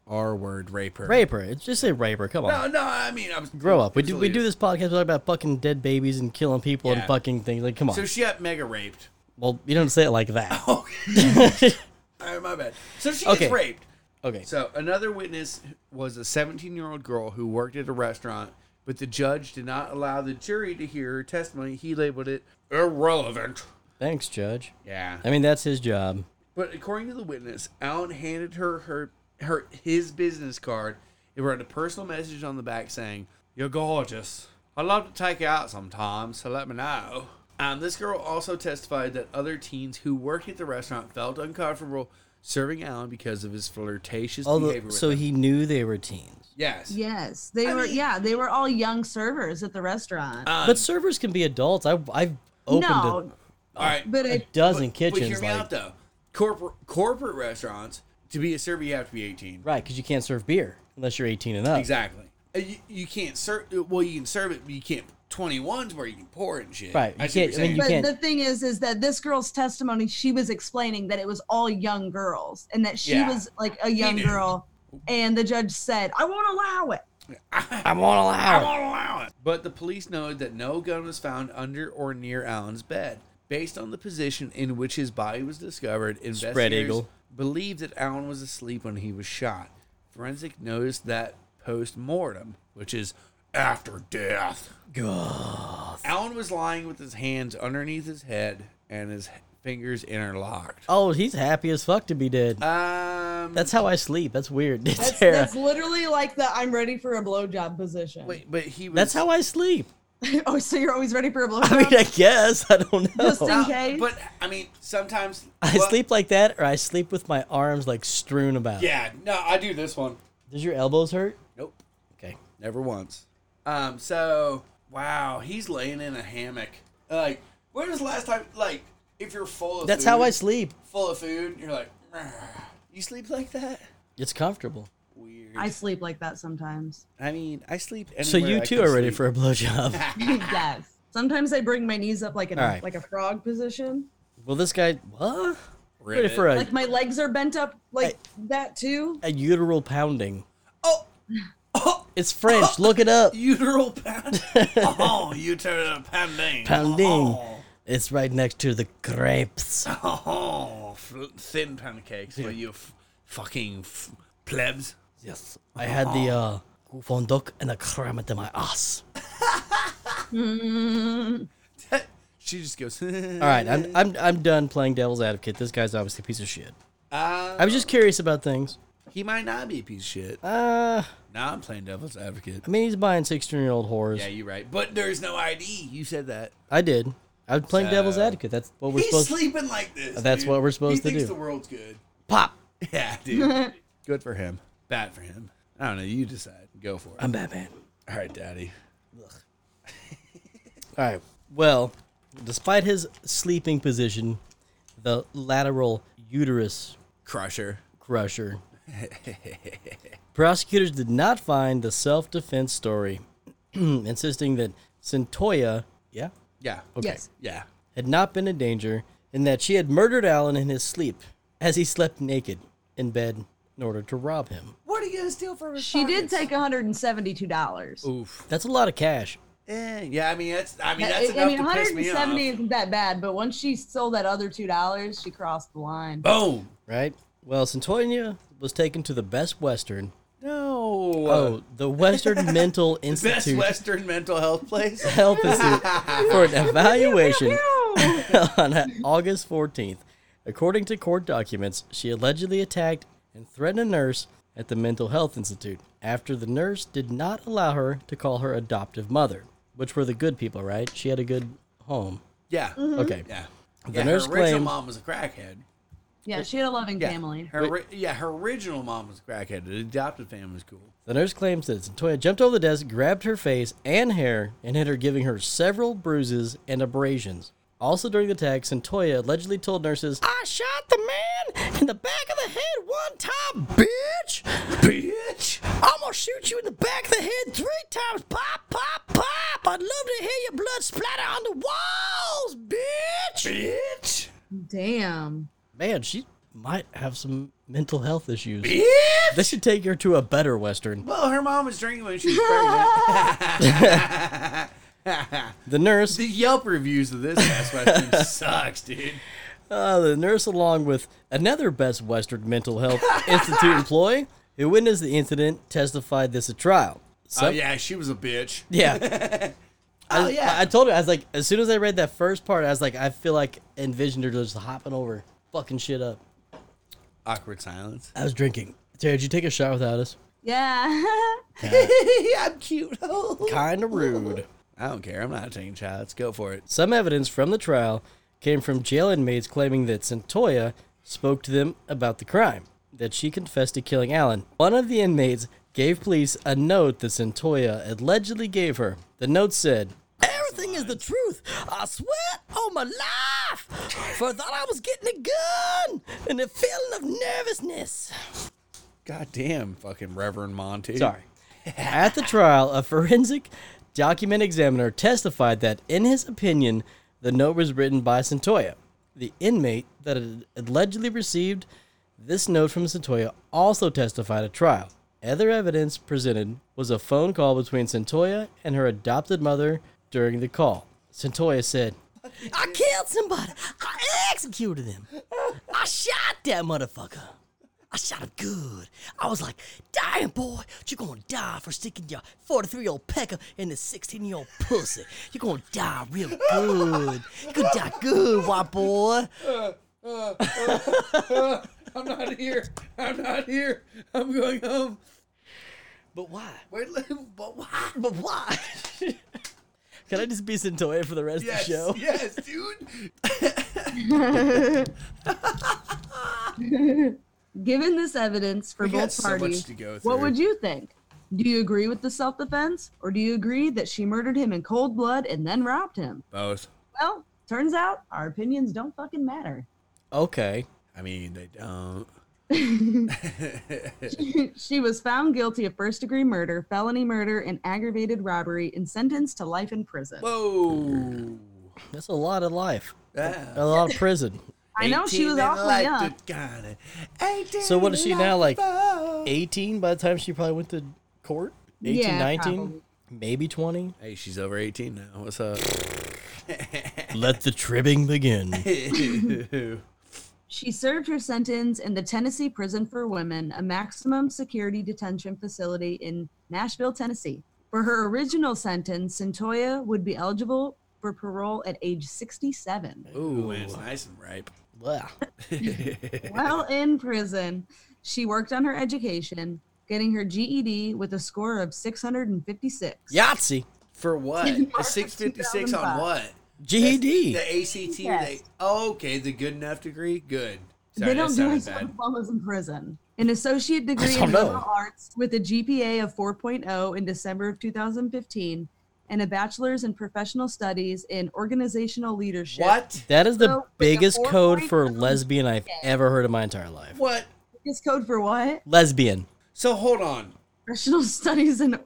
Speaker 2: R word raper.
Speaker 3: Raper. It's just say raper. Come on.
Speaker 2: No, no, I mean, I was,
Speaker 3: Grow up. We
Speaker 2: it was
Speaker 3: do
Speaker 2: a
Speaker 3: we
Speaker 2: leader.
Speaker 3: do this podcast we talk about fucking dead babies and killing people
Speaker 2: Yeah.
Speaker 3: and fucking things. Like, come on.
Speaker 2: So she got mega raped.
Speaker 3: well, you don't say it like that.
Speaker 2: Okay. All right, my bad. So she
Speaker 3: Okay.
Speaker 2: gets raped.
Speaker 3: Okay.
Speaker 2: Oh. So another witness was a 17 year old girl who worked at a restaurant, but the judge did not allow the jury to hear her testimony. He labeled it irrelevant.
Speaker 3: Thanks, Judge.
Speaker 2: Yeah.
Speaker 3: I mean, that's his job.
Speaker 2: But according to the witness, Allen handed her her, her his business card and wrote a personal message on the back saying, "You're gorgeous. I'd love to take you out sometime, so let me know." Um, this girl also testified that other teens who worked at the restaurant felt uncomfortable serving Allen because of his flirtatious behavior.
Speaker 3: Although,
Speaker 2: With
Speaker 3: so
Speaker 2: them.
Speaker 3: he knew they were teens.
Speaker 2: yes,
Speaker 1: Yes, they
Speaker 2: I
Speaker 1: were.
Speaker 2: mean-
Speaker 1: yeah, they were all young servers at the restaurant.
Speaker 2: Um,
Speaker 3: But servers can be adults. I, I've opened
Speaker 1: no,
Speaker 2: all right,
Speaker 1: but
Speaker 3: a, a
Speaker 1: it,
Speaker 3: dozen
Speaker 2: But
Speaker 3: kitchens.
Speaker 2: hear me
Speaker 3: like,
Speaker 2: out though. Corporate corporate restaurants to be a server you have to be 18.
Speaker 3: Right, because you can't serve beer unless you're 18 and up.
Speaker 2: Exactly. Uh, You, you can't serve. Well, you can serve it, but you can't. 21's where you can pour it and shit.
Speaker 3: Right, you
Speaker 2: see what
Speaker 3: can't-
Speaker 2: you're
Speaker 3: I mean,
Speaker 2: saying.
Speaker 3: you-
Speaker 1: but
Speaker 3: can't-
Speaker 1: the thing is, is that this girl's testimony, she was explaining that it was all young girls and that she
Speaker 2: Yeah.
Speaker 1: was like a young
Speaker 2: knew.
Speaker 1: girl, and the judge said, "I won't allow it."
Speaker 3: I won't
Speaker 2: I
Speaker 3: allow it.
Speaker 2: won't allow it. But the police noted that no gun was found under or near Allen's bed. Based on the position in which his body was discovered, investigators
Speaker 3: eagle.
Speaker 2: believed that Allen was asleep when he was shot. Forensic noticed that post mortem, which is after death. Allen was lying with his hands underneath his head and his fingers interlocked.
Speaker 3: Oh, he's happy as fuck to be dead.
Speaker 2: Um,
Speaker 3: That's how I sleep. That's weird.
Speaker 1: That's,
Speaker 3: Sarah.
Speaker 1: that's literally like the "I'm ready for a blowjob" position.
Speaker 2: wait, but he was.
Speaker 3: That's how I sleep.
Speaker 1: oh, so you're always ready for a blowjob?
Speaker 3: I mean, I guess. I don't know.
Speaker 1: Just in case.
Speaker 2: But I mean, sometimes
Speaker 3: I
Speaker 2: well,
Speaker 3: sleep like that, or I sleep with my arms like strewn about.
Speaker 2: Yeah, no, I do this one.
Speaker 3: Does your elbows hurt?
Speaker 2: Nope,
Speaker 3: Okay.
Speaker 2: never once. Um, so wow, he's laying in a hammock. Like, when was the last time? Like, if you're full of
Speaker 3: That's
Speaker 2: food,
Speaker 3: how I sleep.
Speaker 2: Full of food, you're like, "Rrr." you sleep like that.
Speaker 3: It's comfortable.
Speaker 2: Weird.
Speaker 1: I
Speaker 2: I,
Speaker 1: sleep like that sometimes.
Speaker 2: mean, I sleep.
Speaker 3: So
Speaker 2: anywhere
Speaker 3: you
Speaker 2: I
Speaker 3: too
Speaker 2: can
Speaker 3: are ready
Speaker 2: sleep.
Speaker 3: for a blowjob.
Speaker 1: yes. Sometimes I bring my knees up like an
Speaker 3: All right.
Speaker 1: like a frog position.
Speaker 3: well, this guy, what? Ready
Speaker 2: Ribbit.
Speaker 3: for a,
Speaker 1: Like my legs are bent up like that too.
Speaker 3: a uteral pounding.
Speaker 2: oh, oh,
Speaker 3: It's French. Look it up.
Speaker 2: uteral pound. oh, uteral pounding.
Speaker 3: Pounding.
Speaker 2: Oh.
Speaker 3: It's right next to the crepes.
Speaker 2: Oh, f- thin pancakes for you f- fucking f- plebs.
Speaker 3: Yes. I had the uh, fonduk and a creme in my ass.
Speaker 2: she just goes.
Speaker 3: All right, I'm, I'm, I'm done playing devil's advocate. This guy's obviously a piece of shit. I
Speaker 2: Uh,
Speaker 3: was just curious about things.
Speaker 2: he might not be a piece of shit.
Speaker 3: Uh,
Speaker 2: Now I'm playing devil's advocate.
Speaker 3: I mean, he's buying 16 year old whores.
Speaker 2: Yeah, you're right. But there's no ID. You said that.
Speaker 3: I did. I was playing devil's
Speaker 2: So-
Speaker 3: advocate. That's what we're
Speaker 2: He's
Speaker 3: supposed to
Speaker 2: sleeping like this.
Speaker 3: That's
Speaker 2: dude.
Speaker 3: what we're supposed
Speaker 2: he
Speaker 3: to
Speaker 2: thinks
Speaker 3: do.
Speaker 2: The world's good.
Speaker 3: pop.
Speaker 2: Yeah, dude. good for him. Bad for him. I don't know. You decide. Go for it.
Speaker 3: I'm Batman.
Speaker 2: All right, Daddy.
Speaker 3: All right. Well, despite his sleeping position, the lateral uterus
Speaker 2: Crusher.
Speaker 3: crusher, prosecutors did not find the self defense story, insisting that Centoya, yeah,
Speaker 2: Yeah.
Speaker 1: Yes.
Speaker 2: Yeah.
Speaker 3: had not been in danger and that she had murdered Alan in his sleep as he slept naked in bed in order to rob him.
Speaker 2: What are you gonna steal from his
Speaker 1: She did take
Speaker 2: pockets?
Speaker 1: $172.
Speaker 2: Oof.
Speaker 3: That's a lot of cash.
Speaker 2: Eh, yeah, I mean that's. I mean
Speaker 1: Yeah,
Speaker 2: that's
Speaker 1: I, I
Speaker 2: enough
Speaker 1: mean,
Speaker 2: to piss me off.
Speaker 1: 170 isn't that bad, but once she sold that other two dollars, she crossed the line.
Speaker 2: Boom.
Speaker 3: Right? Well, Centoya was taken to the Best Western.
Speaker 2: No.
Speaker 3: Oh, the Western Mental
Speaker 2: Best
Speaker 3: Institute
Speaker 2: Western mental health place.
Speaker 3: Health Institute for an evaluation
Speaker 1: Pew!
Speaker 3: on August 14th. According to court documents, she allegedly attacked and threatened a nurse at the Mental Health Institute after the nurse did not allow her to call her adoptive mother, which were the good people, right? She had a good home.
Speaker 2: Yeah.
Speaker 1: Mm-hmm.
Speaker 3: Okay.
Speaker 2: Yeah.
Speaker 3: The
Speaker 2: yeah,
Speaker 3: nurse
Speaker 2: her original
Speaker 3: claimed-
Speaker 2: mom was a crackhead.
Speaker 1: yeah, she had a loving
Speaker 2: Yeah.
Speaker 1: family.
Speaker 2: Her ri- yeah, her original mom was a crackhead. The adopted family was cool.
Speaker 3: The nurse claims that Santoya jumped over the desk, grabbed her face and hair, and hit her, giving her several bruises and abrasions. Also during the attack, Santoya allegedly told nurses, I shot the man in the back of the head one time, bitch! Bitch! I'm gonna shoot you in the back of the head three times, pop, pop, pop! I'd love to hear your blood splatter on the walls, bitch!
Speaker 2: Bitch.
Speaker 1: Damn.
Speaker 3: Man, she might have some mental health issues.
Speaker 2: Bitch!
Speaker 3: They should take her to a better Western.
Speaker 2: Well, her mom was drinking when she was pregnant.
Speaker 3: The nurse,
Speaker 2: the Yelp reviews of this ass Western sucks, dude. Oh,
Speaker 3: uh, the nurse, along with another Best Western Mental Health Institute employee who witnessed the incident, testified this at trial. So,
Speaker 2: Oh yeah, she was a bitch.
Speaker 3: yeah.
Speaker 2: Oh
Speaker 3: I- I told her I was like, as soon as I read that first part, I was like, I feel like envisioned her just hopping over, fucking shit up.
Speaker 2: Awkward silence.
Speaker 3: I was drinking. Terry, did you take a shot without us?
Speaker 1: Yeah.
Speaker 2: I'm cute. I
Speaker 3: Kind of rude.
Speaker 2: don't care. I'm not taking shots. Go for it.
Speaker 3: Some evidence from the trial came from jail inmates claiming that Santoya spoke to them about the crime, that she confessed to killing Allen. One of the inmates gave police a note that Santoya allegedly gave her. The note said, Everything is the truth. I swear on my life. For I thought I was getting a gun and a feeling of nervousness.
Speaker 2: Goddamn, fucking Reverend Monty.
Speaker 3: Sorry. At the trial, a forensic document examiner testified that, in his opinion, the note was written by Santoya. The inmate that had allegedly received this note from Santoya also testified at trial. Other evidence presented was a phone call between Santoya and her adopted mother during the call. Santoya said, I killed somebody. I executed him. I shot that motherfucker. I shot him good. I was like, damn, boy, you're gonna die for sticking your 43 year old pecker in this 16 year old pussy. You're gonna die real good. You're gonna die good, white boy.
Speaker 2: I'm not here. I'm not here. I'm going home.
Speaker 3: But why?
Speaker 2: Wait, but why?
Speaker 3: But why? Can I just be Centoya for the rest
Speaker 2: Yes,
Speaker 3: of the show?
Speaker 2: yes, dude.
Speaker 1: Given this evidence for
Speaker 2: We got
Speaker 1: both
Speaker 2: so much
Speaker 1: parties,
Speaker 2: to go
Speaker 1: what
Speaker 2: through.
Speaker 1: would you think? Do you agree with the self defense or do you agree that she murdered him in cold blood and then robbed him?
Speaker 2: Both.
Speaker 1: Well, turns out our opinions don't fucking matter.
Speaker 3: Okay.
Speaker 2: I mean, they don't.
Speaker 1: she was found guilty of first degree murder, felony murder, and aggravated robbery and sentenced to life in prison.
Speaker 2: Whoa.
Speaker 3: That's a lot of life,
Speaker 2: Ah.
Speaker 3: a lot of prison.
Speaker 1: I know she
Speaker 2: 18
Speaker 1: was
Speaker 2: and
Speaker 1: awful
Speaker 2: like
Speaker 1: young.
Speaker 2: the kind of- 18
Speaker 3: So what is she
Speaker 2: and
Speaker 3: now, like,
Speaker 2: awful.
Speaker 3: 18 by the time she probably went to court? 18,
Speaker 1: Yeah,
Speaker 3: 19?
Speaker 1: probably.
Speaker 3: Maybe 20?
Speaker 2: Hey, she's over 18 now. What's up?
Speaker 3: Let the tribbing begin.
Speaker 1: She served her sentence in the Tennessee Prison for Women, a maximum security detention facility in Nashville, Tennessee. For her original sentence, Santoya would be eligible for parole at age 67.
Speaker 2: Ooh, and it's nice and ripe.
Speaker 3: Blah.
Speaker 1: While in prison, she worked on her education, getting her GED with a score of 656.
Speaker 3: Yahtzee.
Speaker 2: For what? A
Speaker 1: March
Speaker 2: 656 on
Speaker 1: 2005.
Speaker 2: what?
Speaker 3: GED.
Speaker 2: The ACT.
Speaker 1: Yes.
Speaker 2: They, oh, okay, the good enough degree? Good. Sorry,
Speaker 1: they don't
Speaker 2: that
Speaker 1: do high
Speaker 2: sounded
Speaker 1: school
Speaker 2: bad.
Speaker 1: diplomas in prison. An associate degree
Speaker 3: don't
Speaker 1: in
Speaker 3: know.
Speaker 1: liberal arts with a GPA of 4.0 in December of 2015 and a bachelor's in professional studies in organizational leadership.
Speaker 2: What?
Speaker 3: That is the
Speaker 1: So, with the
Speaker 3: biggest
Speaker 1: four
Speaker 3: code
Speaker 1: point
Speaker 3: for
Speaker 1: code-
Speaker 3: lesbian I've ever heard in my entire life.
Speaker 2: What?
Speaker 1: Is code for what?
Speaker 3: Lesbian.
Speaker 2: So hold on.
Speaker 1: Professional studies and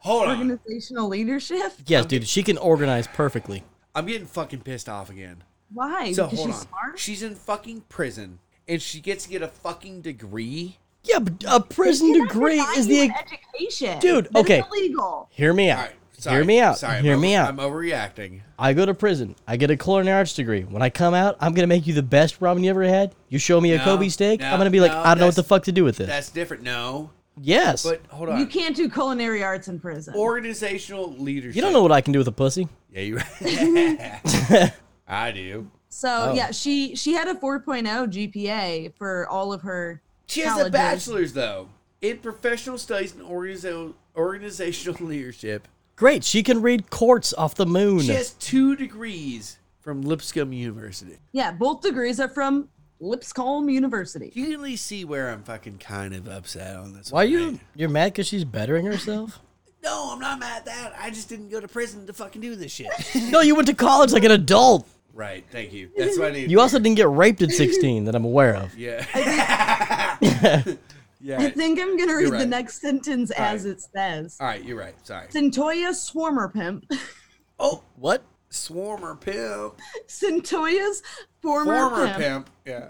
Speaker 2: Hold on.
Speaker 1: organizational leadership?
Speaker 3: Yes, dude, she can organize perfectly.
Speaker 2: I'm getting fucking pissed off again.
Speaker 1: Why?
Speaker 2: So
Speaker 1: because
Speaker 2: hold
Speaker 1: she's
Speaker 2: on.
Speaker 1: smart?
Speaker 2: She's in fucking prison and she gets to get a fucking degree.
Speaker 3: Yeah, but a prison
Speaker 1: You're not
Speaker 3: degree
Speaker 1: denying
Speaker 3: is the.
Speaker 1: you education.
Speaker 3: Dude,
Speaker 1: That is
Speaker 3: okay.
Speaker 1: illegal.
Speaker 3: Hear me
Speaker 2: All
Speaker 3: out.
Speaker 2: right. Sorry.
Speaker 3: Hear me out.
Speaker 2: Sorry. I'm
Speaker 3: Hear
Speaker 2: over-
Speaker 3: me out.
Speaker 2: I'm overreacting.
Speaker 3: I go to prison. I get a culinary arts degree. When I come out, I'm gonna make you the best ramen you ever had. You show me a
Speaker 2: No,
Speaker 3: Kobe steak.
Speaker 2: no,
Speaker 3: I'm gonna be like,
Speaker 2: no,
Speaker 3: I don't know what the
Speaker 2: that's-
Speaker 3: fuck to do with this.
Speaker 2: That's different. No.
Speaker 3: Yes.
Speaker 2: But hold on.
Speaker 1: You can't do culinary arts in prison.
Speaker 2: Organizational leadership.
Speaker 3: you don't know what I can do with a pussy.
Speaker 2: Yeah, you. I do. Oh.
Speaker 1: So yeah, she she had a 4.0 GPA for all of her.
Speaker 2: She has a
Speaker 1: colleges.
Speaker 2: bachelor's though in professional studies and organiza- organizational leadership.
Speaker 3: Great. She can read quartz off the moon.
Speaker 2: She has two degrees from Lipscomb University.
Speaker 1: Yeah, both degrees are from Lipscomb University.
Speaker 2: You can at least see where I'm fucking kind of upset on this.
Speaker 3: Why
Speaker 2: one,
Speaker 3: you?
Speaker 2: right?
Speaker 3: You're mad because she's bettering herself?
Speaker 2: No, I'm not mad at that. I just didn't go to prison to fucking do this shit.
Speaker 3: no, you went to college like an adult.
Speaker 2: right. Thank you. That's what I need.
Speaker 3: You also didn't get raped at 16 that I'm aware of.
Speaker 2: Yeah.
Speaker 1: I
Speaker 2: yeah.
Speaker 1: think I'm gonna read the
Speaker 2: right.
Speaker 1: next sentence as it says.
Speaker 2: All right. You're right. Sorry.
Speaker 1: Centoya Swarmer Pimp.
Speaker 2: Oh,
Speaker 3: What?
Speaker 2: swarmer pimp.
Speaker 1: Centoya's former,
Speaker 2: Former
Speaker 1: pimp,
Speaker 2: pimp. Yeah.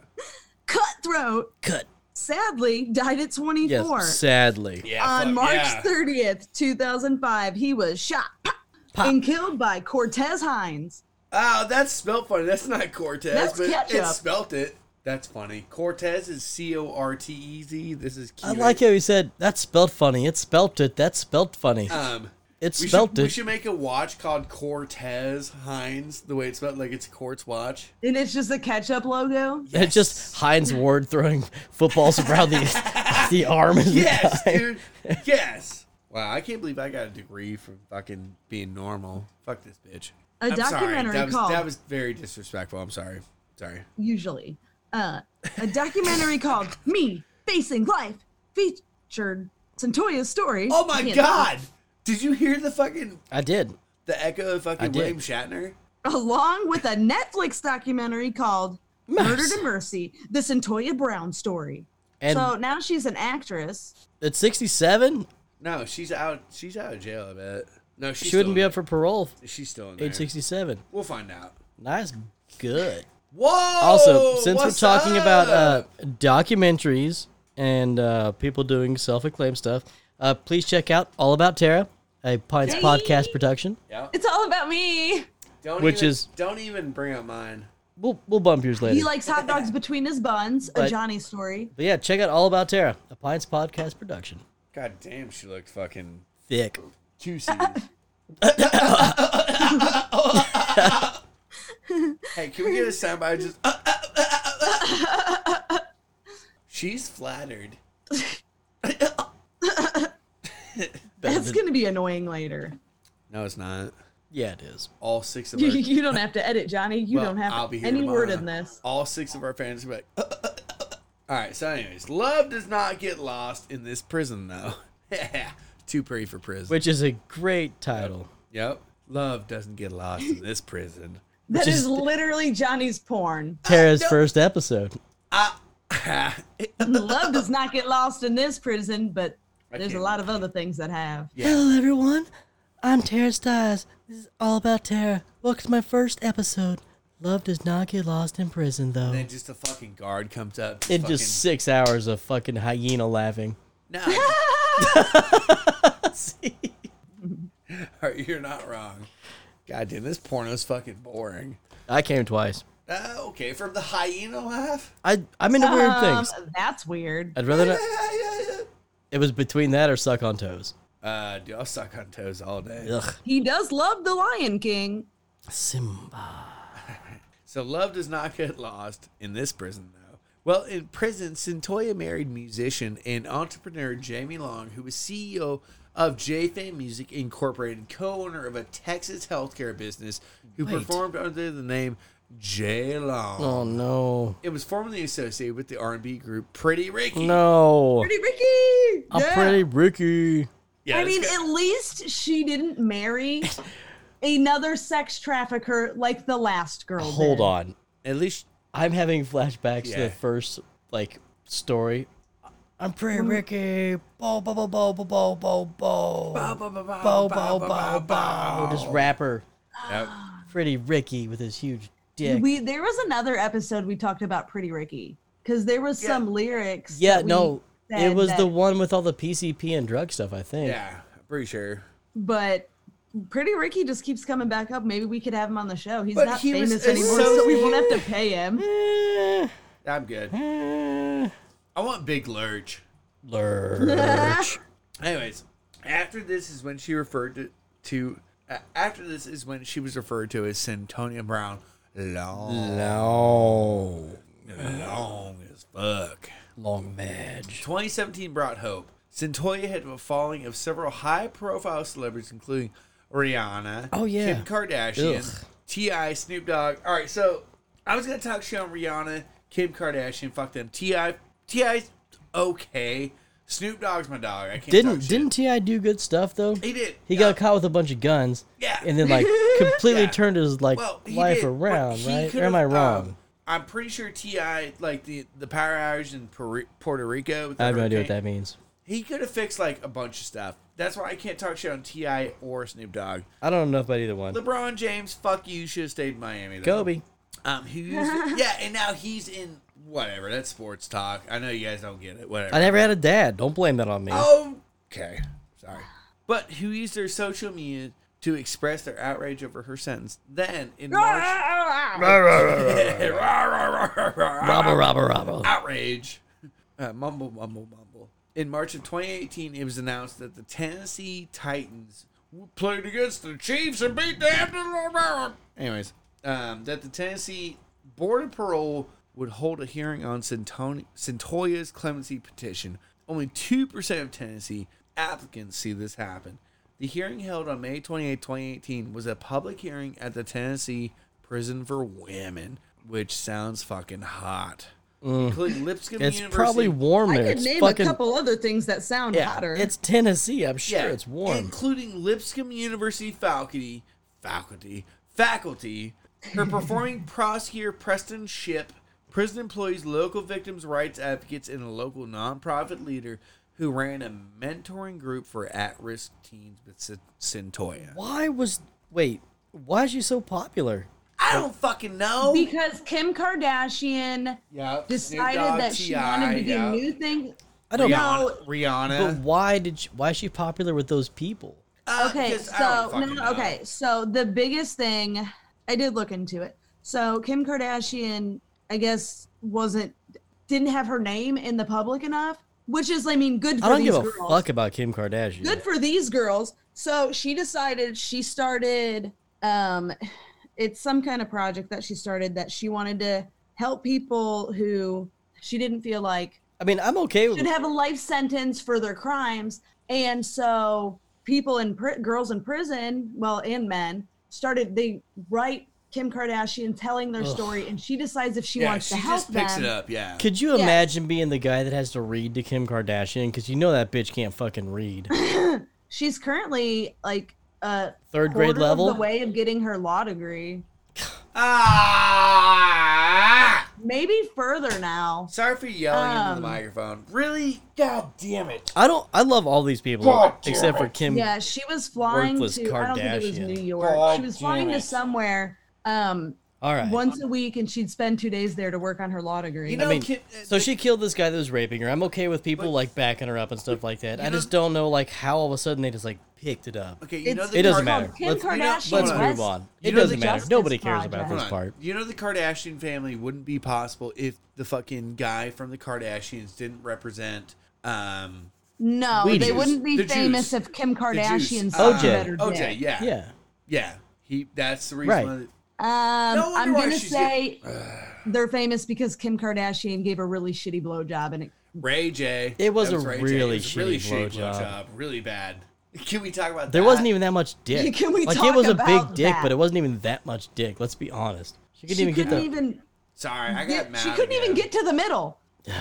Speaker 1: Cutthroat.
Speaker 3: Cut.
Speaker 1: sadly died at 24.
Speaker 3: Yes, sadly.
Speaker 2: Yeah,
Speaker 1: On
Speaker 2: fuck,
Speaker 1: March
Speaker 2: yeah.
Speaker 1: 30th, 2005, he was shot pop,
Speaker 3: Pop.
Speaker 1: and killed by Cortez Hines.
Speaker 2: Oh, that's spelt funny. That's not Cortez,
Speaker 1: That's
Speaker 2: but
Speaker 1: ketchup.
Speaker 2: it spelt it. That's funny. Cortez is C O R T E Z. This is
Speaker 3: I
Speaker 2: cute.
Speaker 3: like how he said that's spelt funny. It spelt it. That's spelt funny.
Speaker 2: Um,
Speaker 3: It
Speaker 2: we
Speaker 3: spelt
Speaker 2: should, we
Speaker 3: it.
Speaker 2: should make a watch called Cortez Hines. The way it's spelled, like it's Quartz watch.
Speaker 1: And it's just a ketchup logo.
Speaker 3: And It's just Heinz Ward throwing footballs around the the arm. of the
Speaker 2: Yes,
Speaker 3: guy.
Speaker 2: dude. Yes. Wow, I can't believe I got a degree from fucking being normal. Fuck this bitch.
Speaker 1: A
Speaker 2: I'm sorry.
Speaker 1: documentary
Speaker 2: That was,
Speaker 1: called
Speaker 2: that was very disrespectful. I'm sorry. Sorry.
Speaker 1: usually. Uh, a documentary called Me Facing Life featured Centoya's story.
Speaker 2: Oh my
Speaker 1: Again,
Speaker 2: god! Did you hear the fucking
Speaker 3: I did.
Speaker 2: the echo of
Speaker 3: I
Speaker 2: fucking
Speaker 3: did.
Speaker 2: William Shatner?
Speaker 1: Along with a Netflix documentary called Murder to Mercy, the Centoya Brown story.
Speaker 3: And
Speaker 1: so now she's an actress.
Speaker 3: at 67,
Speaker 2: No, she's out. She's out of jail. I bet. No, she's
Speaker 3: she wouldn't be
Speaker 2: still
Speaker 3: up for parole.
Speaker 2: in- She's still in there.
Speaker 3: Age 67.
Speaker 2: We'll find out.
Speaker 3: Nice. Good.
Speaker 2: Whoa!
Speaker 1: Oh,
Speaker 3: Also, since we're
Speaker 2: what's
Speaker 3: talking about uh,
Speaker 2: up?
Speaker 3: documentaries and uh, people doing self-acclaimed stuff, uh, please check out All About Tara, a Pints
Speaker 1: Yay.
Speaker 3: podcast production.
Speaker 2: yeah,
Speaker 1: It's all about me.
Speaker 2: don't
Speaker 3: which
Speaker 2: even,
Speaker 3: is-
Speaker 2: don't even bring up mine.
Speaker 3: We'll we'll bump yours later.
Speaker 1: He likes hot dogs between his buns, a
Speaker 3: But-
Speaker 1: Johnny story.
Speaker 3: but yeah, check out All About Tara, a Pints podcast production.
Speaker 2: God damn, she looked fucking
Speaker 3: Thick.
Speaker 2: juicy. hey, can we get a soundbite? Just she's flattered.
Speaker 1: That's going to be annoying later.
Speaker 2: No, it's not.
Speaker 3: Yeah, it is.
Speaker 2: All six of
Speaker 1: You,
Speaker 2: us.
Speaker 1: you don't have to edit, Johnny. You
Speaker 2: Well,
Speaker 1: don't have
Speaker 2: I'll be here
Speaker 1: any
Speaker 2: tomorrow.
Speaker 1: word in this.
Speaker 2: All six of our fans will be like, all right. So, anyways, love does not get lost in this prison, though. Too pretty for prison.
Speaker 3: Which is a great title.
Speaker 2: yep. Love doesn't get lost in this prison.
Speaker 1: That is
Speaker 3: is-
Speaker 1: literally Johnny's porn.
Speaker 3: Tara's first episode.
Speaker 1: Love does not get lost in this prison, but there's a
Speaker 2: can't-
Speaker 1: lot of other things that have.
Speaker 3: Hello, everyone. I'm Tara Stiles. This is all about Tara. Welcome to my first episode. Love does not get lost in prison, though.
Speaker 2: then just a fucking guard comes up.
Speaker 3: In
Speaker 2: fucking-
Speaker 3: just six hours of fucking hyena laughing.
Speaker 2: no. All right, you're not wrong. God damn, this porno's fucking boring.
Speaker 3: I came twice.
Speaker 2: Uh, okay, from the hyena laugh.
Speaker 3: I I'm into weird things.
Speaker 1: Um, that's weird.
Speaker 3: I'd rather
Speaker 2: Yeah,
Speaker 3: not.
Speaker 2: yeah, yeah.
Speaker 3: It was between that or suck on toes.
Speaker 2: Uh, dude, I'll suck on toes all day.
Speaker 3: Ugh,
Speaker 1: He does love the Lion King.
Speaker 3: Simba.
Speaker 2: So love does not get lost in this prison, though. Well, in prison, Centoya married musician and entrepreneur Jamie Long, who was CEO of J Fam Music Incorporated, co-owner of a Texas healthcare business, who
Speaker 3: Wait.
Speaker 2: performed under the name J Long.
Speaker 3: Oh no,
Speaker 2: It was formerly associated with the R&B group Pretty Ricky.
Speaker 3: no.
Speaker 1: Pretty Ricky.
Speaker 3: I'm
Speaker 1: yeah.
Speaker 3: pretty Ricky.
Speaker 2: Yeah,
Speaker 1: I
Speaker 2: this
Speaker 1: mean,
Speaker 2: guy-
Speaker 1: at least she didn't marry another sex trafficker like the last girl.
Speaker 3: Hold
Speaker 1: did.
Speaker 3: on.
Speaker 2: at least
Speaker 3: I'm having flashbacks to
Speaker 2: Yeah.
Speaker 3: the first like story. I'm pretty Ricky. Bo bo bo bo bo bo bo bo.
Speaker 2: bow, bow, bow,
Speaker 3: Bo
Speaker 2: bow,
Speaker 3: bo bo bo. This rapper,
Speaker 2: Yep.
Speaker 3: pretty Ricky, with his huge dick.
Speaker 1: We there was another episode we talked about Pretty Ricky because there was some lyrics.
Speaker 3: yeah,
Speaker 1: that we
Speaker 3: no. It
Speaker 1: said
Speaker 3: was
Speaker 1: that-
Speaker 3: the one with all the PCP and drug stuff, I think.
Speaker 2: Yeah, I'm pretty sure.
Speaker 1: but. Pretty Ricky just keeps coming back up. Maybe we could have him on the show. He's
Speaker 2: But
Speaker 1: not
Speaker 2: he was
Speaker 1: famous anymore, so we won't have
Speaker 2: associated-
Speaker 1: to pay him.
Speaker 3: Eh,
Speaker 2: I'm good.
Speaker 3: eh.
Speaker 2: I want Big Lurch.
Speaker 3: Lurch.
Speaker 2: Anyways, after this is when she referred to, to uh, after this is when she was referred to as Santonia Brown. Long,
Speaker 3: No.
Speaker 2: long as fuck.
Speaker 3: Long Madge.
Speaker 2: 2017 brought hope. Centoya had a following of several high-profile celebrities, including Rihanna,
Speaker 3: Oh, yeah.
Speaker 2: Kim Kardashian,
Speaker 3: Ugh.
Speaker 2: Ti, Snoop Dogg. All right, so I was gonna talk shit on Rihanna, Kim Kardashian. Fuck them. Ti, Ti's okay. Snoop Dogg's my dog. I can't. talk
Speaker 3: Didn't
Speaker 2: shit.
Speaker 3: didn't Ti do good stuff though?
Speaker 2: he did?
Speaker 3: He
Speaker 2: Yeah.
Speaker 3: got caught with a bunch of guns.
Speaker 2: Yeah.
Speaker 3: And then like completely
Speaker 2: Yeah.
Speaker 3: turned his like
Speaker 2: well, he
Speaker 3: life
Speaker 2: did, but
Speaker 3: around,
Speaker 2: he
Speaker 3: right? Or
Speaker 2: could've,
Speaker 3: am I wrong?
Speaker 2: um, I'm pretty sure Ti like the the power outage in Peri- Puerto Rico. with the
Speaker 3: I have no idea what
Speaker 2: hurricane,
Speaker 3: that means.
Speaker 2: He could have fixed like a bunch of stuff. That's why I can't talk shit on Ti or Snoop Dogg.
Speaker 3: I don't know about either one.
Speaker 2: LeBron James, fuck you, should have stayed in Miami. Though.
Speaker 3: Kobe.
Speaker 2: um, who used yeah, and now he's in Whatever. That's sports talk. I know you guys don't get it. Whatever.
Speaker 3: I never had a dad. Don't blame that on me.
Speaker 2: Oh. Okay. Sorry. But who used their social media to express their outrage over her sentence? Then in March,
Speaker 3: Robbo, robbo, robbo.
Speaker 2: outrage, uh, mumble, mumble, mumble. In March of 2018, it was announced that the Tennessee Titans played against the Chiefs and beat them. Anyways, um, that the Tennessee Board of Parole would hold a hearing on Centoni- Centoya's clemency petition. Only 2% of Tennessee applicants see this happen. The hearing held on May 28, 2018 was a public hearing at the Tennessee Prison for Women, which sounds fucking hot.
Speaker 1: Hmm.
Speaker 2: Including Lipscomb
Speaker 3: It's
Speaker 2: University.
Speaker 3: probably warm
Speaker 1: I
Speaker 3: there.
Speaker 1: could
Speaker 3: It's
Speaker 1: name
Speaker 3: fucking
Speaker 1: a couple other things that sound
Speaker 3: yeah.
Speaker 1: hotter.
Speaker 3: It's Tennessee. I'm sure it's warm.
Speaker 2: Including Lipscomb University faculty, faculty, faculty, her performing prosecutor Preston Ship, prison employees, local victims' rights advocates, and a local nonprofit leader who ran a mentoring group for at-risk teens with Cen- Centoya.
Speaker 3: Why was wait? Why is she so popular?
Speaker 2: I don't fucking know.
Speaker 1: because Kim Kardashian
Speaker 2: Yeah,
Speaker 1: decided that she wanted to do new things.
Speaker 3: I don't know.
Speaker 1: No.
Speaker 2: Rihanna.
Speaker 3: But why did she, why is she popular with those people?
Speaker 2: Uh,
Speaker 1: Okay,
Speaker 2: 'cause I don't
Speaker 1: so no,
Speaker 2: fucking know.
Speaker 1: okay, so the biggest thing I did look into it. So Kim Kardashian, I guess, wasn't didn't have her name in the public enough, which is, I mean, good for
Speaker 3: I don't
Speaker 1: these
Speaker 3: give a
Speaker 1: girls.
Speaker 3: fuck about Kim Kardashian.
Speaker 1: good for these girls. So she decided she started um it's some kind of project that she started that she wanted to help people who she didn't feel like
Speaker 3: I mean, I'm okay with
Speaker 1: should have a life sentence for their crimes. And so people in pr- girls in prison, well, and men started they write Kim Kardashian telling their
Speaker 3: Ugh.
Speaker 1: story, and she decides if she
Speaker 2: Yeah,
Speaker 1: wants
Speaker 2: she
Speaker 1: to help
Speaker 2: just picks
Speaker 1: them.
Speaker 2: it up. Yeah.
Speaker 3: Could you
Speaker 1: Yeah.
Speaker 3: imagine being the guy that has to read to Kim Kardashian? Because you know that bitch can't fucking read.
Speaker 1: She's currently like a
Speaker 3: Third grade
Speaker 1: quarter of
Speaker 3: level.
Speaker 1: the way of getting her law degree,
Speaker 2: Ah!
Speaker 1: maybe further now.
Speaker 2: Sorry for yelling into
Speaker 1: Um,
Speaker 2: the microphone. Really? God damn it.
Speaker 3: I don't. I love all these people
Speaker 2: God damn
Speaker 3: except for
Speaker 2: it.
Speaker 3: Kim.
Speaker 1: Yeah, she was flying
Speaker 3: Worthless
Speaker 1: to I don't think it was
Speaker 3: Kardashian.
Speaker 1: New York.
Speaker 2: God
Speaker 1: she was flying
Speaker 2: Oh, damn
Speaker 1: to
Speaker 2: it.
Speaker 1: somewhere um
Speaker 3: All right.
Speaker 1: once a week and she'd spend two days there to work on her law degree.
Speaker 2: You know,
Speaker 3: I mean,
Speaker 2: Kim- uh,
Speaker 3: so she killed this guy that was raping her. I'm okay with people
Speaker 2: But-
Speaker 3: like backing her up and stuff like that.
Speaker 2: You
Speaker 3: I
Speaker 2: know-
Speaker 3: just don't know like how all of a sudden they just like picked it up.
Speaker 2: Okay, you know
Speaker 1: It's-
Speaker 2: the
Speaker 3: It doesn't
Speaker 2: Kar-
Speaker 3: matter.
Speaker 1: Kim
Speaker 3: Let's-
Speaker 1: Kardashian
Speaker 2: let's
Speaker 1: West.
Speaker 3: move on.
Speaker 2: You
Speaker 3: It
Speaker 2: know the
Speaker 3: doesn't matter.
Speaker 1: Justice
Speaker 3: Nobody cares about
Speaker 1: Project.
Speaker 2: Hold
Speaker 3: this
Speaker 2: on.
Speaker 3: part.
Speaker 2: You know the Kardashian family wouldn't be possible if the fucking guy from the Kardashians didn't represent um
Speaker 1: No,
Speaker 3: We
Speaker 1: they
Speaker 3: Jews.
Speaker 1: wouldn't be
Speaker 2: The
Speaker 1: famous
Speaker 2: Jews.
Speaker 1: if Kim
Speaker 2: the
Speaker 1: Kardashian
Speaker 2: Jews.
Speaker 1: sucked
Speaker 3: OJ.
Speaker 1: better
Speaker 2: OJ,
Speaker 1: dick.
Speaker 2: yeah.
Speaker 3: Yeah.
Speaker 2: Yeah. He that's the reason
Speaker 3: Right.
Speaker 2: why
Speaker 1: Um,
Speaker 2: No wonder
Speaker 1: I'm
Speaker 2: why
Speaker 1: gonna
Speaker 2: she's
Speaker 1: say they're famous because Kim Kardashian gave a really shitty blowjob and it
Speaker 2: Ray J.
Speaker 3: It was
Speaker 2: that
Speaker 3: a
Speaker 2: Ray
Speaker 3: really
Speaker 2: It was a
Speaker 3: shitty
Speaker 2: really shitty
Speaker 3: blowjob.
Speaker 2: blowjob, really bad. Can we talk about
Speaker 3: There
Speaker 2: that?
Speaker 3: wasn't even that much dick.
Speaker 1: Can we
Speaker 3: like
Speaker 1: talk
Speaker 3: it was a
Speaker 1: about
Speaker 3: big dick,
Speaker 1: that?
Speaker 3: but it wasn't even that much dick. Let's be honest. She couldn't
Speaker 1: she
Speaker 3: even get
Speaker 1: couldn't
Speaker 3: the.
Speaker 1: even
Speaker 2: Sorry, I got
Speaker 1: get,
Speaker 2: mad.
Speaker 1: she couldn't even
Speaker 2: again.
Speaker 1: get to the middle. We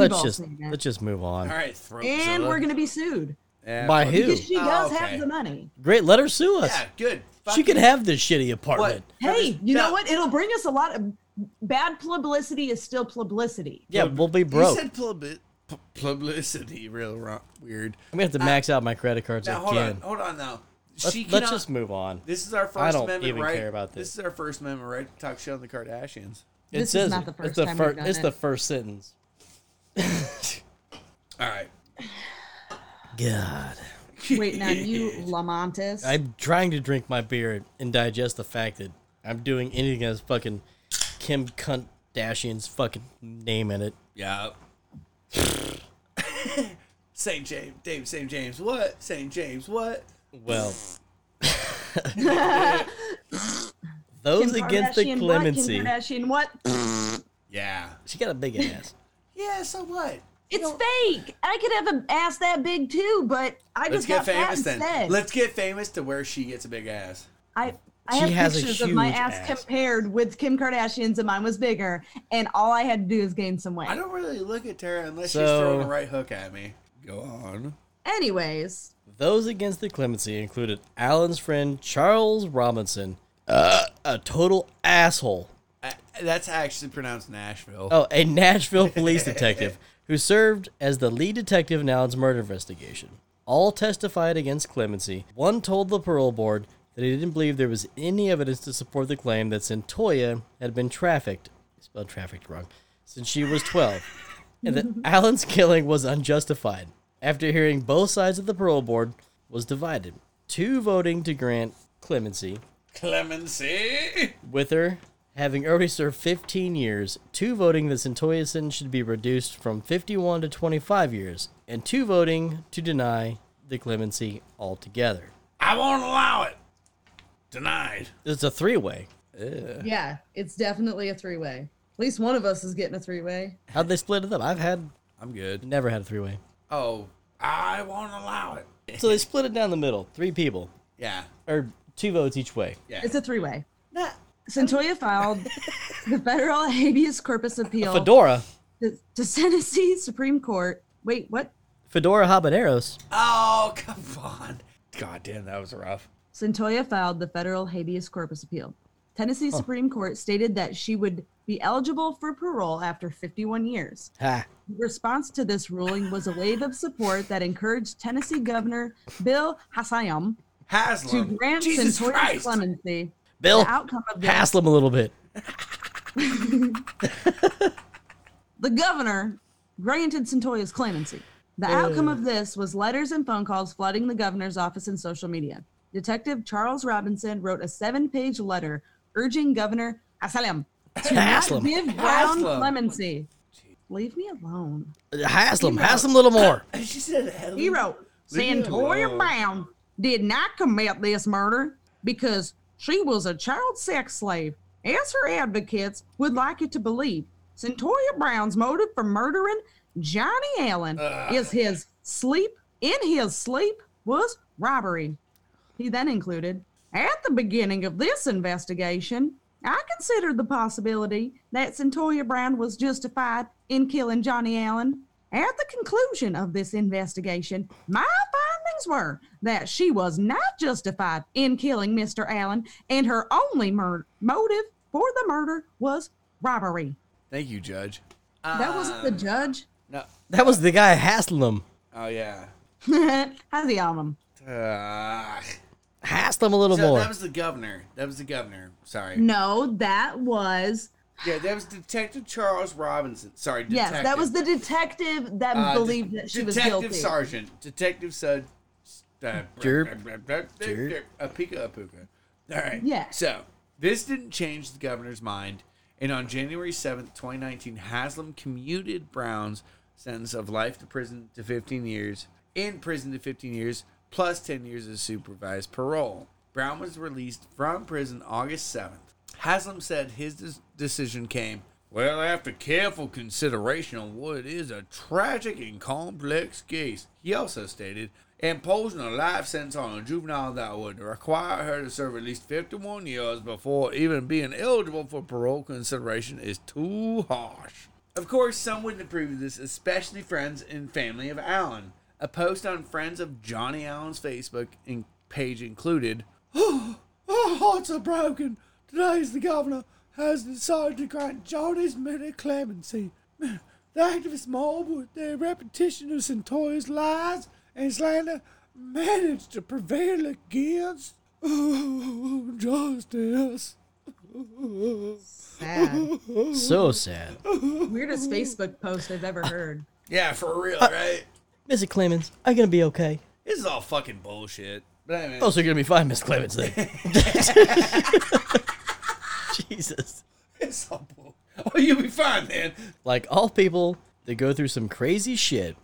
Speaker 3: Let's
Speaker 1: both
Speaker 3: just
Speaker 1: seen that.
Speaker 3: let's just move on.
Speaker 2: All right, throat
Speaker 1: and we're gonna be sued
Speaker 2: yeah,
Speaker 3: By
Speaker 2: fuck
Speaker 3: who?
Speaker 1: because she
Speaker 2: Oh,
Speaker 1: does
Speaker 2: okay.
Speaker 1: have the money.
Speaker 3: Great, let her sue us.
Speaker 2: Yeah, good.
Speaker 3: she
Speaker 2: Fucking-
Speaker 3: can have this shitty apartment.
Speaker 1: Hey, you
Speaker 2: No.
Speaker 1: know what? It'll bring us a lot of bad publicity. Is still publicity.
Speaker 3: Yeah, we'll be
Speaker 2: You
Speaker 3: broke.
Speaker 2: said publi- pu- publicity, real wrong, weird.
Speaker 3: I'm gonna have to max out my credit cards
Speaker 2: Now hold
Speaker 3: again.
Speaker 2: on, hold on now.
Speaker 3: Let's,
Speaker 2: she
Speaker 3: let's
Speaker 2: cannot-
Speaker 3: just move on.
Speaker 2: This is our first
Speaker 3: don't
Speaker 2: amendment
Speaker 3: even
Speaker 2: right.
Speaker 3: care about
Speaker 2: This
Speaker 3: this.
Speaker 2: is our first amendment right to talk shit on the Kardashians.
Speaker 3: It
Speaker 1: This is
Speaker 3: says
Speaker 1: not
Speaker 3: it.
Speaker 1: the first
Speaker 3: it's the
Speaker 1: time
Speaker 3: fir-
Speaker 1: we've done
Speaker 3: it's
Speaker 1: it.
Speaker 3: the first sentence.
Speaker 2: All right.
Speaker 3: God,
Speaker 1: Wait, now you Lamontis.
Speaker 3: I'm trying to drink my beer and digest the fact that I'm doing anything that's fucking Kim Kardashian's fucking name in it.
Speaker 2: Yeah. St. James, Dave, St. James, what? St. James, what?
Speaker 3: Well, those
Speaker 1: Kim
Speaker 3: against the
Speaker 1: Kardashian,
Speaker 3: clemency.
Speaker 1: What? Kim Kardashian, what?
Speaker 2: Yeah.
Speaker 3: She got a big ass.
Speaker 2: Yeah. So what?
Speaker 1: It's fake. I could have an ass that big too, but I
Speaker 2: Let's
Speaker 1: just
Speaker 2: get
Speaker 1: got
Speaker 2: famous
Speaker 1: fat
Speaker 2: then.
Speaker 1: instead.
Speaker 2: Let's get famous to where she gets a big ass.
Speaker 1: I, I
Speaker 3: She
Speaker 1: have
Speaker 3: has a
Speaker 1: pictures of my
Speaker 3: huge
Speaker 1: ass,
Speaker 3: ass.
Speaker 1: compared with Kim Kardashian's, and mine was bigger. And all I had to do is gain some weight.
Speaker 2: I don't really look at Tara unless she's
Speaker 3: So-
Speaker 2: throwing the right hook at me. Go on.
Speaker 1: Anyways,
Speaker 3: Those against the clemency included Allen's friend Charles Robinson, uh, a total asshole.
Speaker 2: I, that's actually pronounced Nashville.
Speaker 3: Oh, a Nashville police detective who served as the lead detective in Allen's murder investigation. All testified against clemency. One told the parole board that he didn't believe there was any evidence to support the claim that Centoya had been trafficked. Spelled trafficked wrong. since she was 12, and that Allen's killing was unjustified. After hearing both sides of the parole board was divided, two voting to grant clemency,
Speaker 2: Clemency.
Speaker 3: with her having already served 15 years, two voting that Centoya's sentence should be reduced from 51 to 25 years, and two voting to deny the clemency altogether.
Speaker 2: I won't allow it. Denied.
Speaker 3: It's a three-way.
Speaker 1: Yeah, it's definitely a three way. At least one of us is getting a three way.
Speaker 3: How'd they split it up? I've had
Speaker 2: I'm good.
Speaker 3: never had a three-way.
Speaker 2: Oh, I won't allow it.
Speaker 3: So they split it down the middle, three people,
Speaker 2: Yeah.
Speaker 3: or two votes each way.
Speaker 2: Yeah.
Speaker 1: It's a three way. Centoya filed the federal habeas corpus appeal
Speaker 3: Fedora,
Speaker 1: to, to Tennessee Supreme Court. Wait, what?
Speaker 3: Fedora habaneros.
Speaker 2: oh, come on. God damn, that was rough.
Speaker 1: Centoya filed the federal habeas corpus appeal. Tennessee Supreme Court stated that she would be eligible for parole after 51 years.
Speaker 3: Ha.
Speaker 1: The response to this ruling was a wave of support that encouraged Tennessee Governor Bill Hassayam to
Speaker 2: Haslam.
Speaker 1: grant
Speaker 2: Jesus
Speaker 1: Centoya
Speaker 2: Christ.
Speaker 1: clemency.
Speaker 3: Bill,
Speaker 1: The outcome of this
Speaker 3: hassle him a little bit.
Speaker 1: the governor granted Centoya's clemency. The outcome of this was letters and phone calls flooding the governor's office and social media. Detective Charles Robinson wrote a seven page letter urging Governor Asalem to not
Speaker 3: Hassle him.
Speaker 1: give Brown
Speaker 2: Hassle him.
Speaker 1: clemency. Leave me alone.
Speaker 3: Hassle him. Hassle him a little more.
Speaker 2: And she said, hell.
Speaker 1: He wrote,
Speaker 2: Leave me
Speaker 1: Santoria
Speaker 2: alone.
Speaker 1: Brown did not commit this murder because she was a child sex slave, as her advocates would like you to believe. Santoria Brown's motive for murdering Johnny Allen is his sleep in his sleep was robbery. He then included, at the beginning of this investigation, I considered the possibility that Centoya Brown was justified in killing Johnny Allen. At the conclusion of this investigation, my findings were that she was not justified in killing Mr. Allen, and her only mur- motive for the murder was robbery.
Speaker 2: Thank you, Judge.
Speaker 1: that wasn't the
Speaker 2: Uh.
Speaker 1: judge.
Speaker 2: No.
Speaker 3: That was the guy hassling him.
Speaker 2: Oh, yeah.
Speaker 1: How's the album?
Speaker 2: Ah.
Speaker 3: Hassle him a little
Speaker 2: So
Speaker 3: more.
Speaker 2: that was the governor. That was the governor. Sorry.
Speaker 1: No, that was
Speaker 2: Yeah, that was Detective Charles Robinson. Sorry,
Speaker 1: yes,
Speaker 2: detective.
Speaker 1: that was the detective that
Speaker 2: Uh, de-
Speaker 1: believed that she was
Speaker 2: Detective
Speaker 1: guilty.
Speaker 2: Sergeant. Detective Sud. Uh,
Speaker 3: Jerp.
Speaker 2: Jerp.
Speaker 3: Jerp.
Speaker 2: Apika Apuka. All right.
Speaker 1: Yeah.
Speaker 2: So, this didn't change the governor's mind. And on January 7th, 2019, Haslam commuted Brown's sentence of life to prison to 15 years, in prison to 15 years, plus 10 years of supervised parole. Brown was released from prison August 7th. Haslam said his des- decision came, well, after careful consideration on what is a tragic and complex case. He also stated, imposing a life sentence on a juvenile that would require her to serve at least 51 years before even being eligible for parole consideration is too harsh. Of course, some wouldn't approve of this, especially friends and family of Allen. A post on Friends of Johnny Allen's Facebook in- page included, Our hearts are broken. Today's the governor has decided to grant Johnny's minute clemency. The activist mob, with their repetition of Centaur's lies and slander, managed to prevail against Oh, justice.
Speaker 1: Sad.
Speaker 3: so sad.
Speaker 1: Weirdest Facebook post I've ever heard.
Speaker 2: Yeah, for real,
Speaker 3: Uh,
Speaker 2: right?
Speaker 3: Mrs. Clemens, I'm gonna be okay.
Speaker 2: This is all fucking bullshit. But I mean,
Speaker 3: Oh, so you're gonna be fine, Miss Clemens then. Jesus.
Speaker 2: it's all bull. Oh, you'll be fine, man.
Speaker 3: Like all people that go through some crazy shit.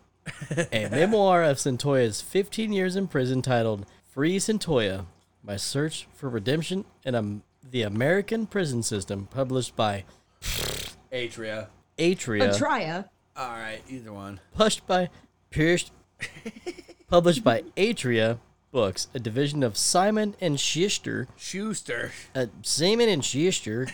Speaker 3: A memoir of Centoya's 15 years in prison titled Free Centoya: My Search for Redemption in Am- the American Prison System, published by
Speaker 2: Atria.
Speaker 3: Atria.
Speaker 1: Atria.
Speaker 2: All right, either one.
Speaker 3: published by Pierced, published by Atria Books, a division of Simon and Schuster,
Speaker 2: Schuster.
Speaker 3: uh, Simon and Schuster,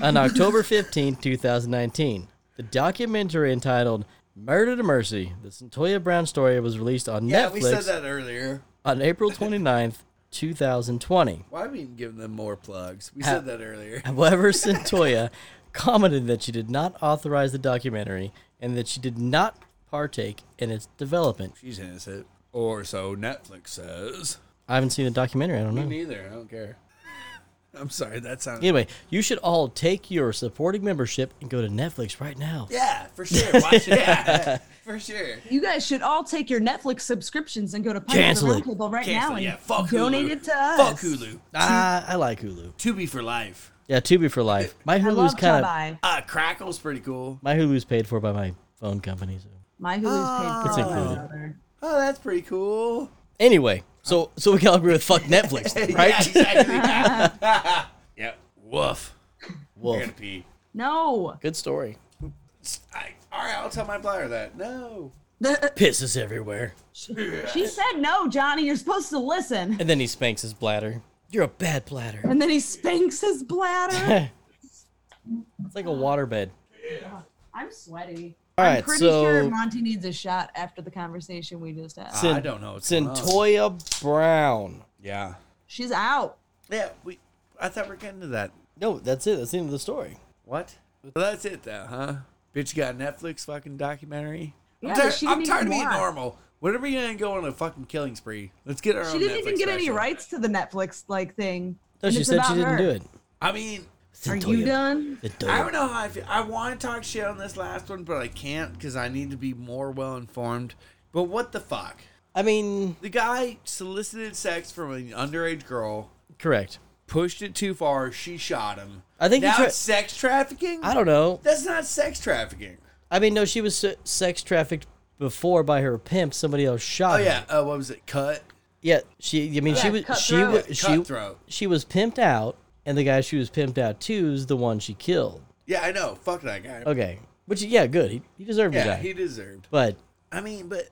Speaker 3: on October 15, 2019. The documentary entitled "Murder to Mercy: The Centoya Brown Story" was released on
Speaker 2: Yeah, we said
Speaker 3: Netflix
Speaker 2: that earlier.
Speaker 3: on April 29th, 2020.
Speaker 2: Why we didn't give them more plugs? We
Speaker 3: Ha-
Speaker 2: said that earlier.
Speaker 3: However, Centoya commented that she did not authorize the documentary and that she did not partake in its development.
Speaker 2: She's innocent. Or so Netflix says.
Speaker 3: I haven't seen the documentary. I don't know.
Speaker 2: Me neither. I don't care. I'm sorry, that sounds.
Speaker 3: Anyway, you should all take your supporting membership and go to Netflix right now.
Speaker 2: Yeah, for sure. Watch it. Yeah, for sure.
Speaker 1: You guys should all take your Netflix subscriptions and go to Pirates
Speaker 3: Cancel it.
Speaker 1: Roundtable right
Speaker 2: Cancel,
Speaker 1: now and
Speaker 2: yeah, fuck Hulu.
Speaker 1: donate it to us.
Speaker 2: Fuck Hulu.
Speaker 3: Ah, I like Hulu.
Speaker 2: Tubi for life.
Speaker 3: Yeah, Tubi for life. My
Speaker 1: I
Speaker 3: Hulu's
Speaker 1: love
Speaker 3: kind of
Speaker 1: Chubby.
Speaker 2: Uh, Crackle's pretty cool.
Speaker 3: my Hulu's paid for by my phone company. So.
Speaker 1: My Hulu's paid.
Speaker 3: It's
Speaker 1: for
Speaker 3: included.
Speaker 1: my brother.
Speaker 2: Oh, that's pretty cool.
Speaker 3: Anyway, so so we can all agree with fuck Netflix, then, right?
Speaker 2: Yeah, exactly. yep. Woof. I'm
Speaker 3: Wolf.
Speaker 2: gonna pee.
Speaker 1: No.
Speaker 3: Good story.
Speaker 2: I, all right, I'll tell my bladder that. No.
Speaker 3: Pisses everywhere,
Speaker 1: She said no, Johnny. You're supposed to listen.
Speaker 3: and then he spanks his bladder. You're a bad bladder.
Speaker 1: And then he spanks his bladder.
Speaker 3: it's like a waterbed.
Speaker 1: I'm sweaty.
Speaker 3: All
Speaker 1: I'm
Speaker 3: right,
Speaker 1: pretty
Speaker 3: so-
Speaker 1: sure Monty needs a shot after the conversation we just had.
Speaker 2: I don't know what's going on.
Speaker 3: Centoya Brown.
Speaker 2: Yeah.
Speaker 1: She's out.
Speaker 2: Yeah. We. I thought we are getting to that.
Speaker 3: No, that's it. That's the end of the story.
Speaker 2: What? Well, that's it though, huh? Bitch, you got a Netflix fucking documentary.
Speaker 1: Yeah,
Speaker 2: I'm
Speaker 1: but
Speaker 2: tired,
Speaker 1: she
Speaker 2: I'm
Speaker 1: didn't
Speaker 2: tired of
Speaker 1: even
Speaker 2: being
Speaker 1: watch.
Speaker 2: normal. When are we gonna go on a fucking killing spree? Let's get our own.
Speaker 1: She didn't even
Speaker 2: Netflix
Speaker 1: get any
Speaker 2: special.
Speaker 1: rights to the Netflix like thing.
Speaker 3: No,
Speaker 1: And
Speaker 3: she
Speaker 1: it's
Speaker 3: said
Speaker 1: about
Speaker 3: she didn't
Speaker 1: her.
Speaker 3: do it.
Speaker 2: I mean,
Speaker 1: Are you done?
Speaker 2: I don't know how I feel. I want to talk shit on this last one, but I can't because I need to be more well informed. But what the fuck?
Speaker 3: I mean,
Speaker 2: The guy solicited sex from an underage girl,
Speaker 3: correct.
Speaker 2: pushed it too far, she shot him.
Speaker 3: I think he
Speaker 2: now
Speaker 3: tra-
Speaker 2: it's sex trafficking.
Speaker 3: I don't know.
Speaker 2: That's not sex trafficking.
Speaker 3: I mean, no, she was se- sex trafficked before by her pimp. Somebody else
Speaker 2: Oh
Speaker 3: shot. her.
Speaker 2: yeah, uh, what was it? Cut,
Speaker 3: yeah. She. I mean, she
Speaker 1: Yeah,
Speaker 3: was. She
Speaker 1: cutthroat.
Speaker 3: was. She.
Speaker 2: cutthroat.
Speaker 3: She was pimped out, and the guy she was pimped out to is the one she killed.
Speaker 2: Yeah, I know. Fuck that guy.
Speaker 3: Okay. Which yeah, good. He, he deserved to
Speaker 2: Yeah,
Speaker 3: die.
Speaker 2: he deserved.
Speaker 3: but
Speaker 2: I mean, but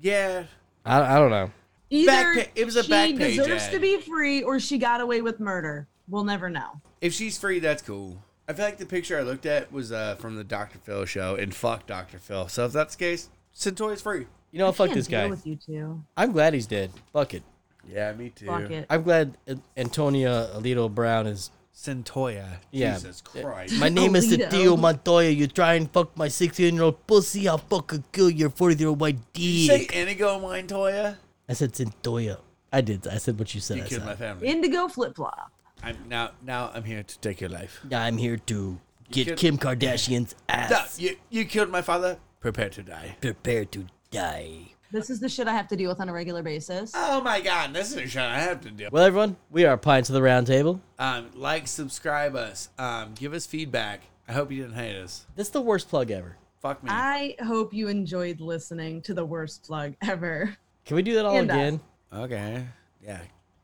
Speaker 2: yeah,
Speaker 3: I, I don't know.
Speaker 1: Either
Speaker 2: Back pa- it was a
Speaker 1: she
Speaker 2: back page
Speaker 1: deserves
Speaker 2: ad.
Speaker 1: to be free, or she got away with murder. We'll never know.
Speaker 2: if she's free, that's cool. I feel like the picture I looked at was uh, from the Dr. Phil show, and fuck Dr. Phil. So if that's the case, Centauri's free.
Speaker 3: You know, fuck
Speaker 1: Can't
Speaker 3: this
Speaker 1: deal
Speaker 3: guy.
Speaker 1: With you two.
Speaker 3: I'm glad he's dead. Fuck it.
Speaker 2: Yeah, me too.
Speaker 1: Fuck it.
Speaker 3: I'm glad uh, Antonia Alito Brown is.
Speaker 2: Centoya.
Speaker 3: Yeah.
Speaker 2: Jesus Christ.
Speaker 3: My name is
Speaker 1: Alito.
Speaker 3: Cedillo Montoya. You try and fuck my 16 year old pussy, I'll fucking kill your 40 year old white
Speaker 2: you say
Speaker 3: dick.
Speaker 2: Inigo Montoya?
Speaker 3: I said Centoya. I did. I said what you said.
Speaker 2: You
Speaker 3: I
Speaker 2: killed my
Speaker 3: said.
Speaker 2: family.
Speaker 1: Indigo flip flop.
Speaker 2: I'm now now I'm here to take your life.
Speaker 3: I'm here to get
Speaker 2: killed-
Speaker 3: Kim Kardashian's
Speaker 2: No,
Speaker 3: ass.
Speaker 2: you you killed my father. Prepare to die.
Speaker 3: Prepare to die.
Speaker 1: This is the shit I have to deal with on a regular basis.
Speaker 2: Oh my god, this is a shot I have to do.
Speaker 3: Well, everyone, we are Pints of the Round Table.
Speaker 2: Um, like, subscribe us. Um, give us feedback. I hope you didn't hate us.
Speaker 3: That's the worst plug ever.
Speaker 2: Fuck me.
Speaker 1: I hope you enjoyed listening to the worst plug ever.
Speaker 3: Can we do that all
Speaker 1: And us.
Speaker 3: again?
Speaker 2: Okay. Yeah.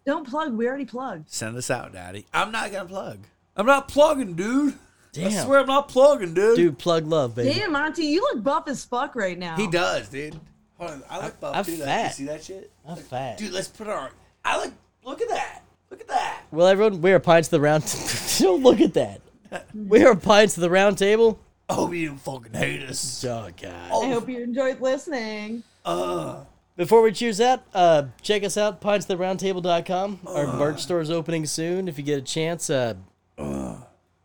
Speaker 1: Don't plug. We already plugged.
Speaker 2: Send us out, Daddy. I'm not gonna plug. I'm not plugging, dude. I
Speaker 3: Damn.
Speaker 2: swear I'm not plugging, dude.
Speaker 3: Dude, plug love, baby.
Speaker 1: Damn, Monty, you look buff as fuck right now.
Speaker 2: He does, dude. Hold on. I look buff,
Speaker 3: I'm
Speaker 2: dude. You
Speaker 3: fat.
Speaker 2: see that shit?
Speaker 3: I'm fat.
Speaker 2: Dude, let's put our. I look. Look at that. Look at that.
Speaker 3: Well, everyone, we are Pints of the Round Don't look at that. We are Pints of the Round Table.
Speaker 2: I hope you didn't fucking hate us.
Speaker 3: Oh, God.
Speaker 1: I hope you enjoyed listening.
Speaker 2: Uh,
Speaker 3: Before we cheers out, uh, check us out, pintstheroundtable.com. Our merch store is opening soon. If you get a chance, uh,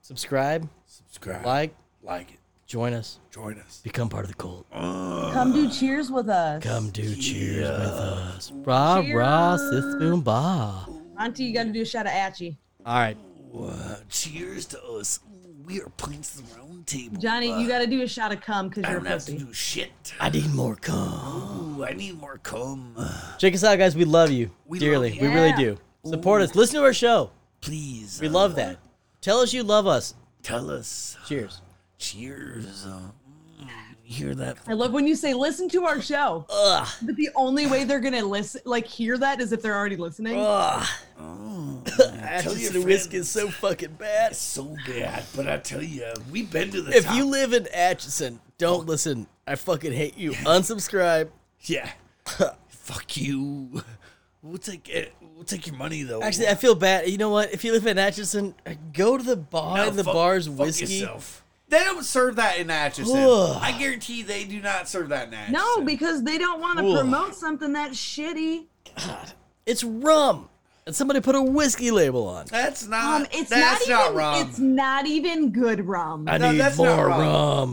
Speaker 3: subscribe,
Speaker 2: subscribe.
Speaker 3: like,
Speaker 2: like it.
Speaker 3: join us,
Speaker 2: Join us.
Speaker 3: become part of the cult.
Speaker 1: Come do cheers with us.
Speaker 3: Come do cheers with us. Rah, rah, sis, boom, bah.
Speaker 1: Monty, you got to do a shot of Atchie.
Speaker 3: All right.
Speaker 2: Uh, cheers to us. We are pints of the round table.
Speaker 1: Johnny, you got to do a shot of cum because
Speaker 2: I
Speaker 1: you're a
Speaker 2: don't have to
Speaker 1: pussy.
Speaker 2: do shit.
Speaker 3: I need more cum.
Speaker 2: Ooh, I need more cum.
Speaker 3: Check us out, guys. We love you
Speaker 2: We love
Speaker 3: dearly.
Speaker 2: you.
Speaker 3: We really
Speaker 1: Yeah.
Speaker 3: do. Support us. Listen to our show.
Speaker 2: Please.
Speaker 3: We
Speaker 2: uh,
Speaker 3: love that. Tell us you love us.
Speaker 2: Tell us.
Speaker 3: Cheers.
Speaker 2: Cheers. Uh, mm, you hear that?
Speaker 1: I love when you say listen to our show.
Speaker 3: Ugh.
Speaker 1: But the only way they're gonna listen, like hear that, is if they're already listening.
Speaker 3: Ugh.
Speaker 2: Tell your
Speaker 3: Atchison and Whiskey is
Speaker 2: friends.
Speaker 3: so fucking bad.
Speaker 2: So bad, but I tell you, we've been to the
Speaker 3: If
Speaker 2: top.
Speaker 3: you live in Atchison, don't listen. I fucking hate you. Unsubscribe.
Speaker 2: yeah. Fuck you. We'll take it. We'll take your money though.
Speaker 3: Actually, I feel bad. You know what? If you live in Atchison, go to the
Speaker 2: No,
Speaker 3: behind the
Speaker 2: fuck-
Speaker 3: bar's
Speaker 2: fuck
Speaker 3: whiskey.
Speaker 2: yourself. They don't serve that in Atchison.
Speaker 3: Ugh.
Speaker 2: I guarantee they do not serve that in Atchison.
Speaker 1: No, because they don't want to
Speaker 3: Ugh.
Speaker 1: promote something that's shitty.
Speaker 3: It's rum. And somebody put a whiskey label on.
Speaker 2: that's not.
Speaker 1: Um, it's
Speaker 2: Uh, that's
Speaker 1: not
Speaker 2: not,
Speaker 1: even.
Speaker 2: wrong.
Speaker 1: It's not even good rum.
Speaker 3: I
Speaker 2: No,
Speaker 3: need
Speaker 2: that's not
Speaker 3: more
Speaker 2: rum.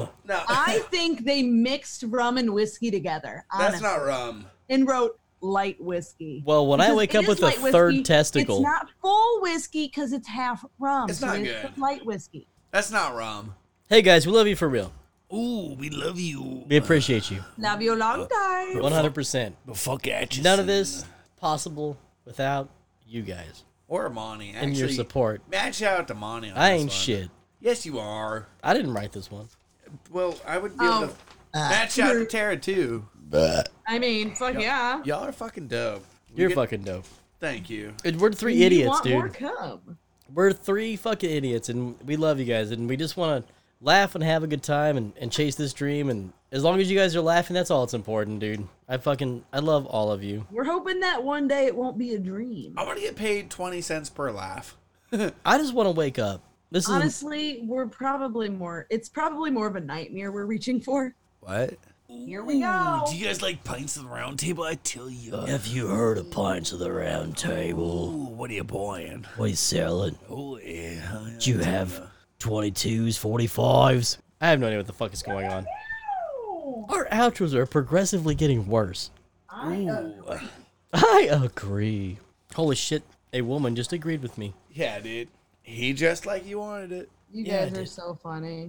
Speaker 3: rum.
Speaker 2: no,
Speaker 1: I think they mixed rum and whiskey together.
Speaker 2: that's
Speaker 1: honestly,
Speaker 2: not rum.
Speaker 1: And wrote light whiskey.
Speaker 3: Well, when I
Speaker 1: Because
Speaker 3: wake
Speaker 1: it
Speaker 3: up
Speaker 1: is
Speaker 3: with a
Speaker 1: light whiskey,
Speaker 3: third testicle,
Speaker 1: It's not full whiskey because it's half rum.
Speaker 2: It's not good.
Speaker 1: light whiskey.
Speaker 2: That's not rum.
Speaker 3: hey guys, we love you for real.
Speaker 2: Ooh, we love you.
Speaker 3: We appreciate you
Speaker 1: Love you
Speaker 3: Uh,
Speaker 1: long time.
Speaker 3: 100%.
Speaker 2: But fuck Atchison.
Speaker 3: None of this possible without you guys
Speaker 2: Or Monty. Actually,
Speaker 3: and your support.
Speaker 2: Mad shout out to Monty. On
Speaker 3: I
Speaker 2: this
Speaker 3: ain't
Speaker 2: one.
Speaker 3: shit.
Speaker 2: Yes, you are.
Speaker 3: I didn't write this one.
Speaker 2: Well, I would be able
Speaker 1: Oh. Uh,
Speaker 2: to. Mad shout out to Tara, too.
Speaker 1: I mean, fuck yeah.
Speaker 2: Y'all are fucking dope. We
Speaker 3: You're
Speaker 2: get-
Speaker 3: fucking dope.
Speaker 2: Thank you.
Speaker 3: And We're three
Speaker 1: You
Speaker 3: idiots,
Speaker 1: want
Speaker 3: dude.
Speaker 1: More cum.
Speaker 3: We're three fucking idiots, and we love you guys, and we just want to laugh and have a good time and, and chase this dream. And as long as you guys are laughing, that's all that's important, dude. I fucking I love all of you.
Speaker 1: We're hoping that one day it won't be a dream.
Speaker 2: I want to get paid 20 cents per laugh.
Speaker 3: I just want to wake up. This is
Speaker 1: Honestly, we're probably more. It's probably more of a nightmare we're reaching for.
Speaker 2: What?
Speaker 1: Here we go.
Speaker 2: you guys like pints of the round table? I tell you.
Speaker 3: have you heard of Pints of the Round Table?
Speaker 2: what are you buying?
Speaker 3: What are you selling?
Speaker 2: Oh, yeah.
Speaker 3: Do you have twenty twos, forty fives? I have no idea what the fuck is going on. Our outros are progressively getting worse.
Speaker 1: uh,
Speaker 3: I agree. Holy shit! A woman just agreed with me.
Speaker 2: Yeah, dude. He just like you wanted it.
Speaker 1: You
Speaker 3: Yeah,
Speaker 1: guys are
Speaker 3: dude.
Speaker 1: so funny.